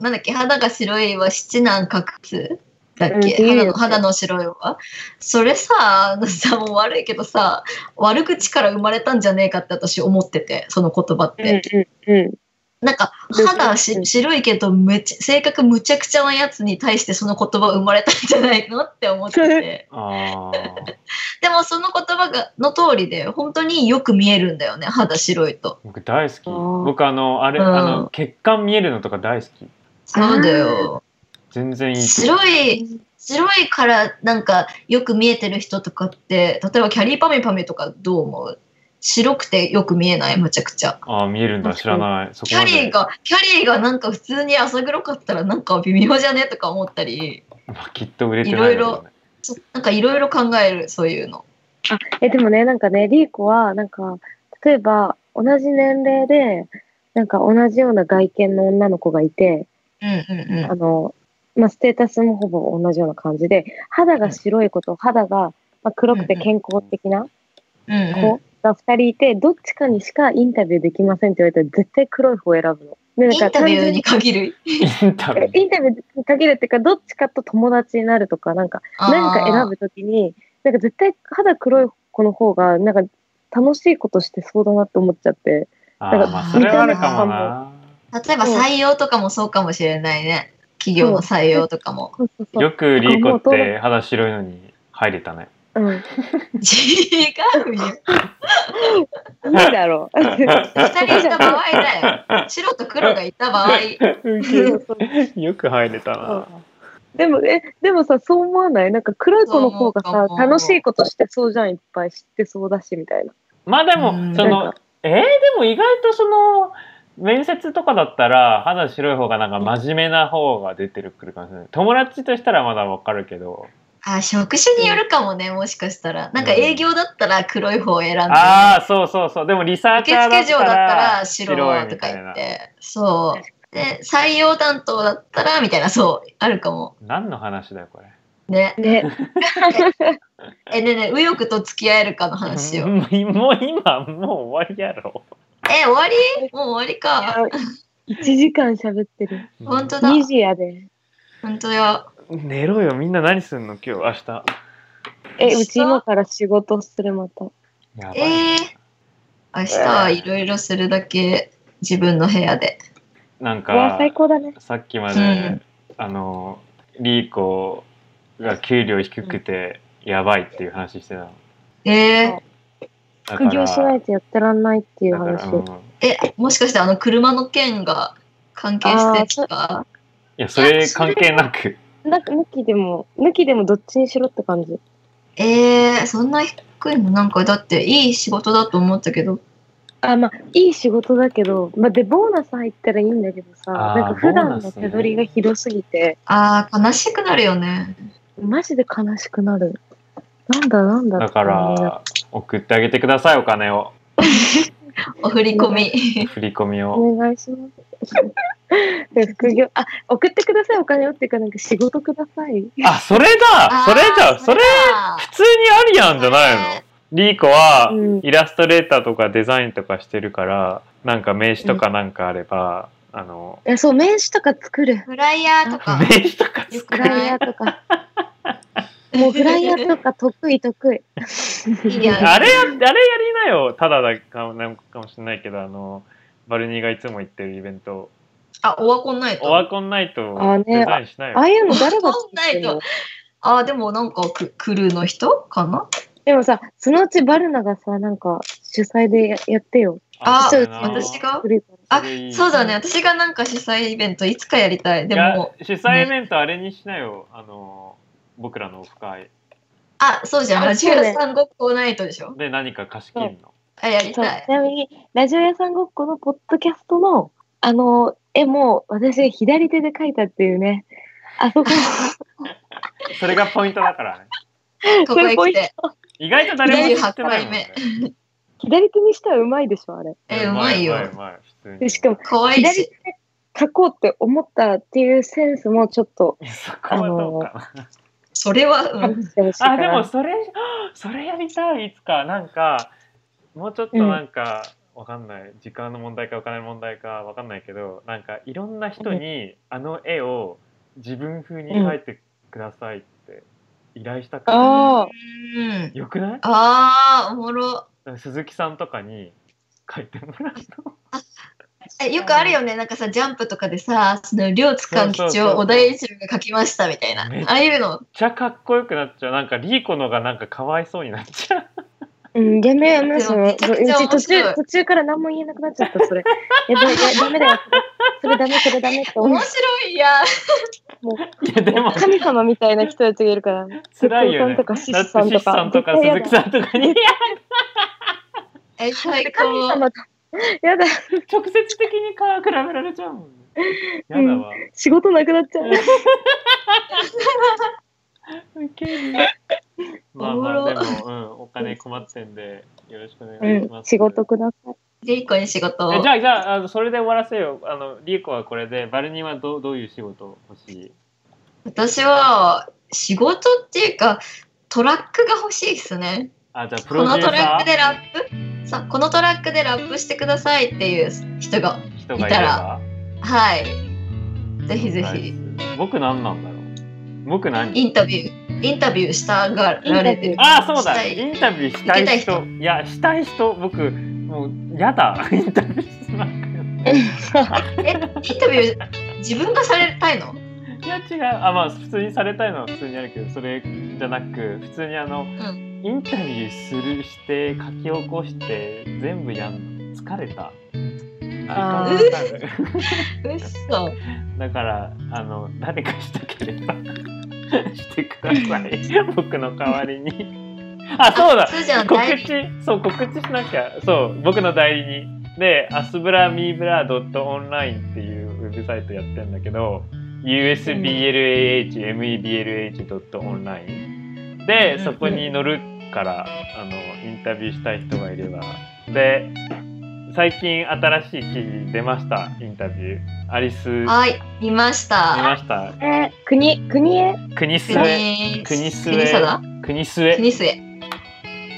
Speaker 1: なんだっけ肌が白いは七難隠すだっ
Speaker 2: うんっ
Speaker 1: け
Speaker 2: ていう
Speaker 1: 肌
Speaker 2: よ
Speaker 1: の肌の白いはそれさあのさもう悪いけどさ悪口から生まれたんじゃねえかって私思っててその言葉っ
Speaker 2: う
Speaker 1: て、
Speaker 2: んうんうん。
Speaker 1: なんか肌し白いけどめちゃ性格むちゃくちゃなやつに対してその言葉生まれたんじゃないのって思ってて
Speaker 4: あー
Speaker 1: でもその言葉がの通りで本当によく見えるんだよね肌白いと
Speaker 4: 僕大好き
Speaker 2: あー
Speaker 4: 僕あのあれ、
Speaker 1: うん
Speaker 4: あの血管見えるのとか大好き
Speaker 1: そうだよ
Speaker 4: 全然いい
Speaker 1: 白い白いからなんかよく見えてる人とかって例えばキャリーパミュパミュとかどう思う白くてよく見えないむちゃくちゃ
Speaker 4: あー見えるんだ知らないそこ
Speaker 1: キャ
Speaker 4: ま
Speaker 1: リー
Speaker 4: で
Speaker 1: がキャリーがなんか普通に浅黒かったらなんか微妙じゃねとか思ったり
Speaker 4: まあきっと売れてないだろうね
Speaker 1: そうなんかいろいろ考えるそういうの
Speaker 2: え、でもね、なんかね、リーコは、なんか、例えば、同じ年齢で、なんか同じような外見の女の子がいて、
Speaker 1: うんうんうん
Speaker 2: あの、まあ、ステータスもほぼ同じような感じで、肌が白い子と肌が、まあ、黒くて健康的な
Speaker 1: うんうん
Speaker 2: 子が2人いて、どっちかにしかインタビューできませんって言われたら絶対黒い方を選ぶの。で
Speaker 1: インタビューに
Speaker 2: 単
Speaker 1: 限る。
Speaker 4: インタ
Speaker 2: 純
Speaker 4: ビュー
Speaker 2: にインタビューに限るっていうか、どっちかと友達になるとか、なんか何か選
Speaker 1: ぶ。
Speaker 2: ぶときに、なんか絶対肌黒い子の方が、なんか楽しいことしてそうだなって思っちゃって。
Speaker 4: あーまあそれはあるかもな
Speaker 1: 例えば採用とかもそうかもしれないね。企業の採用とか <laughs> も。
Speaker 2: そうそうそう
Speaker 4: よくリーコって肌白いのに入れたね
Speaker 2: うん。
Speaker 1: 違うよ。
Speaker 2: いいだろう。
Speaker 1: 二人いた場合だよ。白と黒がいた場合。
Speaker 4: <laughs> よく入れたな
Speaker 2: でも、え、でもさ、そう思わないなんか黒い子の方が
Speaker 1: そう
Speaker 2: さ
Speaker 1: 思う、
Speaker 2: 楽しいことしてそうじゃん、いっぱい知ってそうだし、みたいな。
Speaker 4: まあでも
Speaker 1: うん
Speaker 4: そ
Speaker 2: なん
Speaker 4: の
Speaker 2: か
Speaker 4: えー、でも意外とその面接とかだったら肌白い方がなんか真面目な方が出てるくるかもしれない友達としたらまだわかるけど
Speaker 1: あ、職種によるかもね、もしかしたら。なんか営業だったら黒い方を選んで。
Speaker 4: ああそうそうそうでもリサーチ
Speaker 1: 受
Speaker 4: ャーだ
Speaker 1: 付
Speaker 4: っ
Speaker 1: 嬢
Speaker 4: た
Speaker 1: だった
Speaker 4: ら
Speaker 1: ら白
Speaker 4: い
Speaker 1: と
Speaker 4: み
Speaker 1: か
Speaker 4: たい
Speaker 1: 言っ
Speaker 4: な
Speaker 1: て。そう。で、採用担当だったら、みたいな、そう、あるかも。
Speaker 4: 何の話だよこれ
Speaker 1: ね。
Speaker 2: ね。
Speaker 1: え、ねえねえ、右翼と付き合えるかの話しよう。
Speaker 4: もうもう今もう終わりやろ
Speaker 1: え、終わりもう終わりか。
Speaker 2: 1時間喋ってる。
Speaker 1: 本当だ。
Speaker 2: 2時やで。
Speaker 1: 本当よ。
Speaker 4: 寝ろよみんな何すんの今日明日
Speaker 2: え、うち今から仕事する、また。
Speaker 4: やばい、
Speaker 1: えー、明日はいろいろするだけ、自分の部屋で。
Speaker 4: な
Speaker 2: う
Speaker 4: ん
Speaker 2: わ
Speaker 4: か
Speaker 2: 最高だね。
Speaker 4: さっきまで、
Speaker 1: うん
Speaker 4: あのリーコが給料低くてやばいっていう話してたの
Speaker 1: えー、
Speaker 4: だ
Speaker 2: 副業しないとやってらんないっていう
Speaker 4: だ
Speaker 2: 話
Speaker 4: から。うんい
Speaker 1: え、もしかしてあの車の件が関係してんすか
Speaker 4: やそれ関係なく
Speaker 2: なんか、抜きでも、抜きでもどっちにしろって感じ。
Speaker 1: えー、そんな低いのなんかだっていい仕事だと思ったけど。
Speaker 2: あ、まあ、いい仕事だけど、まあ、で、ボーナス入ったらいいんだけどさ、
Speaker 4: あー
Speaker 2: なんか普段
Speaker 4: ボーナ
Speaker 2: の
Speaker 4: スね
Speaker 2: 手取りがひどすぎて、
Speaker 1: ああ、悲しくなるよね。
Speaker 2: マジで悲しくなる。なんだなんだ
Speaker 4: だか
Speaker 2: ってなる
Speaker 4: ら送ってあげてくださいお金を
Speaker 1: お振り込み。
Speaker 4: 振り込みを
Speaker 2: お願いします。で <laughs> 副業、あ、送ってください、お金をっていうか、なんか仕事ください。
Speaker 4: あそれだそれだそれ
Speaker 1: だ
Speaker 4: 普通にありやんじゃないの
Speaker 1: それ
Speaker 4: リーコは
Speaker 2: うん
Speaker 4: イラストレーターとかデザインとかしてるからなんか名刺とかなんかあれば、あの
Speaker 2: え、そう、名刺とか作る。
Speaker 1: フライヤーとか
Speaker 4: 名。刺とか
Speaker 1: よ
Speaker 2: フ
Speaker 1: く
Speaker 2: ラ
Speaker 1: な
Speaker 2: イヤ
Speaker 1: い
Speaker 2: ーとか。もうフライヤーとか得意得意。
Speaker 1: いいや <laughs> ん
Speaker 4: あれや、あれやりなよ。ただだかなんかもしれないけど、あの、バルニーがいつも行ってるイベント、
Speaker 1: あ、オワコンナイ
Speaker 4: オ
Speaker 1: ト。
Speaker 4: ワコンナイト
Speaker 2: あ
Speaker 4: を
Speaker 2: ね
Speaker 4: デザインしなよ。
Speaker 2: ああいうの誰が作ってる
Speaker 1: わ
Speaker 2: の
Speaker 1: あー、でもなんかククルーの人かな
Speaker 2: でもさ、そのうちバルナがさ、なんか主催でややってよ。
Speaker 1: あ
Speaker 2: そう
Speaker 4: な
Speaker 1: 私が
Speaker 2: 作るから
Speaker 1: あ
Speaker 4: れいい
Speaker 1: そうだね。私がなんか主催イベントいつかやりたい。で
Speaker 4: いや
Speaker 1: も、
Speaker 4: 主催イベントあれにしなよ。あの、僕らのオフ会
Speaker 1: あ、そうじゃん。
Speaker 2: あ
Speaker 1: ラジオ
Speaker 2: そう
Speaker 1: 屋
Speaker 2: ね
Speaker 1: さんごっこナイトでしょ。
Speaker 4: で何か貸し切るの。
Speaker 1: あ、やり
Speaker 2: そう
Speaker 1: たい
Speaker 2: ち。なみに、ラジオ屋さんごっこのポッドキャストの、あの、絵も、私が左手で描いたっていうね。あ
Speaker 1: <laughs>
Speaker 2: そこ、
Speaker 4: それがポイントだからね。
Speaker 1: ここへ
Speaker 2: それポイ
Speaker 1: 来
Speaker 2: ント
Speaker 1: て。
Speaker 4: 意外と誰も知ってないもんね。
Speaker 2: 左手にしたらうまいでしょ、あれ。
Speaker 1: え、うまいよ
Speaker 4: う。まうまい普通
Speaker 2: で
Speaker 4: に。
Speaker 2: しかも、
Speaker 1: 可愛い
Speaker 2: 左
Speaker 1: し
Speaker 2: 手。で描こうって思ったっていうセンスもちょっと、
Speaker 4: そこはどうかな。
Speaker 1: それは、う
Speaker 2: アッ
Speaker 1: ん
Speaker 2: プしてほしいか
Speaker 4: あで
Speaker 2: ら。
Speaker 4: もそれ <gasps> それやりたいいつかなんかもうちょっとなんか、わかんない時間の問題かお金の問題かわかんないけどなんかいろんな人にあの絵を自分風に描いてくださいって依頼したから、
Speaker 2: あ
Speaker 1: う
Speaker 2: あ、
Speaker 1: ん。
Speaker 4: よくない
Speaker 1: あー、おもろ。
Speaker 4: 鈴木さんとかに描いてもらうと
Speaker 1: えよくあるよね、なんかさ、ジャンプとかでさ、その両津勘
Speaker 4: そう
Speaker 1: 吉
Speaker 4: そうそう
Speaker 1: を小田栄一郎が書きましたみたいな
Speaker 4: めっ、ちゃ
Speaker 1: ああいうの
Speaker 4: めっ、ちゃかっこよくなっちゃうなんかリーコのがなんかかわいそうになっちゃう
Speaker 2: うん、やめようやめよう、その、う
Speaker 1: めちゃくちゃ
Speaker 2: ち途
Speaker 1: 面白
Speaker 2: 中、
Speaker 1: い
Speaker 2: 途中から何も言えなくなっちゃった、それ。やばい、やダメだよ、それ。それダメ、それダメって思
Speaker 1: 面
Speaker 2: う。
Speaker 1: 白い
Speaker 4: <laughs>
Speaker 1: やん。
Speaker 4: いやでも
Speaker 2: 神様みたいな人たちがいるから。
Speaker 4: <laughs> 辛いよね
Speaker 2: 哲夫
Speaker 4: だって
Speaker 2: さん
Speaker 4: シ
Speaker 2: と
Speaker 4: スさ
Speaker 2: か、
Speaker 4: んとか
Speaker 2: 絶対や
Speaker 4: 鈴
Speaker 2: だ
Speaker 4: 木さんとかに <laughs>
Speaker 1: え、最
Speaker 2: 神
Speaker 1: 高。
Speaker 2: 様と。やだ、
Speaker 4: 直接的にか比べられちゃうもんね。やだわ。
Speaker 2: 仕事なくなっちゃう。
Speaker 4: <laughs> ウケる。まあまあでも、うん、お金困ってんで、よろしくお願いし
Speaker 2: う
Speaker 4: ま
Speaker 2: ん、
Speaker 4: す。
Speaker 2: 仕事ください。
Speaker 1: リーコに仕事
Speaker 4: え
Speaker 1: を
Speaker 4: じゃ。あ、じゃあ、あのそれで終わらせよう。あの、リエコはこれで、バルニーはどうどういう仕事欲しい
Speaker 1: 私は、仕事っていうか、トラックが欲しいですね。
Speaker 4: あ、じゃあ、プ
Speaker 1: こ
Speaker 4: ロデ
Speaker 1: の
Speaker 4: ュー
Speaker 1: トラッ
Speaker 4: サ
Speaker 1: クでラップさこのトラックでラップしてくださいっていう人が。
Speaker 4: ー人がいれば。
Speaker 1: はい。ぜひぜ
Speaker 4: ナイ
Speaker 1: ひ、
Speaker 4: ス僕何なんだろう僕何
Speaker 1: インタビュー、インタビューしたがられてる。
Speaker 4: ああ、そう
Speaker 1: した
Speaker 4: だ。
Speaker 1: い
Speaker 4: インタビューしたい人。
Speaker 1: 行
Speaker 4: いや、したい人、僕、もう、やだ。 <laughs> インタビューしなくて。
Speaker 1: え、インタビュー、自分がされたいの
Speaker 4: いや、違う。あ、まあ、普通にされたいのは普通にあるけど、それじゃなく、普通にあの、
Speaker 1: ん
Speaker 4: インタビューするして、書き起こして、全部やんの。疲れた。
Speaker 2: あ
Speaker 1: ー
Speaker 4: 時間かかる
Speaker 1: うっそ。
Speaker 4: だからあの誰かしたければ <laughs> してください僕の代わりにあそうだ
Speaker 1: すーちゃん、
Speaker 4: 告
Speaker 1: 大
Speaker 4: 知そう告知しなきゃそう僕の代理にでアスブラミーブラドットオンラインっていうウェブサイトやってんだけど usblahmeblh.online で
Speaker 1: うん
Speaker 4: そこに乗るからあのインタビューしたい人がいればで最近新しい記事出ましたインタビューアリス見ま
Speaker 1: はい、見ました。
Speaker 4: した
Speaker 2: えー、国、国へ
Speaker 4: 国
Speaker 1: 国
Speaker 4: 末国末
Speaker 1: 国定だ
Speaker 4: 国末
Speaker 1: 国末。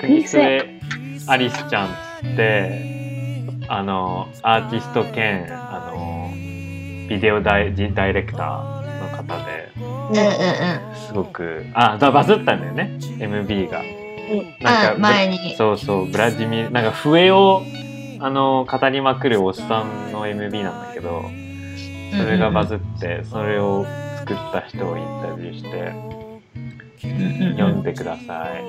Speaker 4: 国末アリスちゃんっつってあのアーティスト兼あのビデオダイジダイレクターの方で
Speaker 1: うんうんうん。
Speaker 4: すごくあだバズったんだよね MV が。なんか
Speaker 1: うん前に
Speaker 4: ぶそうそうブラジミルなんか笛をあの語りまくるおっさんの MV なんだけどそれがバズってそれを作った人をインタビューして読んでください。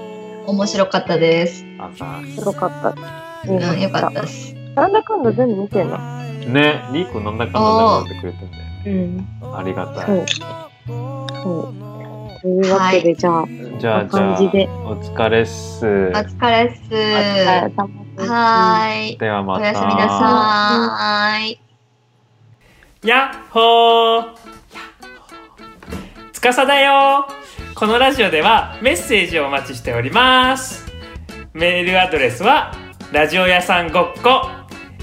Speaker 1: 面白かったです。
Speaker 4: あざ
Speaker 2: すごかった。
Speaker 1: う
Speaker 2: 見ま
Speaker 1: ん、
Speaker 2: し
Speaker 1: よか
Speaker 2: た
Speaker 1: ったです。
Speaker 2: なんだかんだ全部見てんの。
Speaker 4: ねリーコなんだかんだで読んでくれてんだよ
Speaker 2: うん。
Speaker 4: ありがた
Speaker 2: そ
Speaker 4: い。
Speaker 2: う。そう。というわけで、じゃあ、
Speaker 4: じゃあ、
Speaker 2: こ
Speaker 4: じ
Speaker 2: ん
Speaker 4: ゃ
Speaker 2: な感
Speaker 4: あ、
Speaker 2: じで
Speaker 4: お疲れっす。
Speaker 1: お疲れっ
Speaker 2: お疲れ
Speaker 1: す。
Speaker 2: 様です
Speaker 1: はーい。
Speaker 4: ではま
Speaker 1: お
Speaker 4: た。
Speaker 1: やすみなさーい。
Speaker 5: やっほーつかさだよこのラジオではメッセージをお待ちしておりますメールアドレスはラジオ屋さんごっこ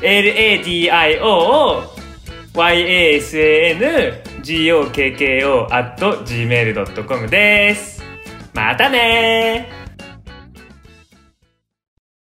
Speaker 5: LADIOOYASANGOKKO at gmail.com ですまたねー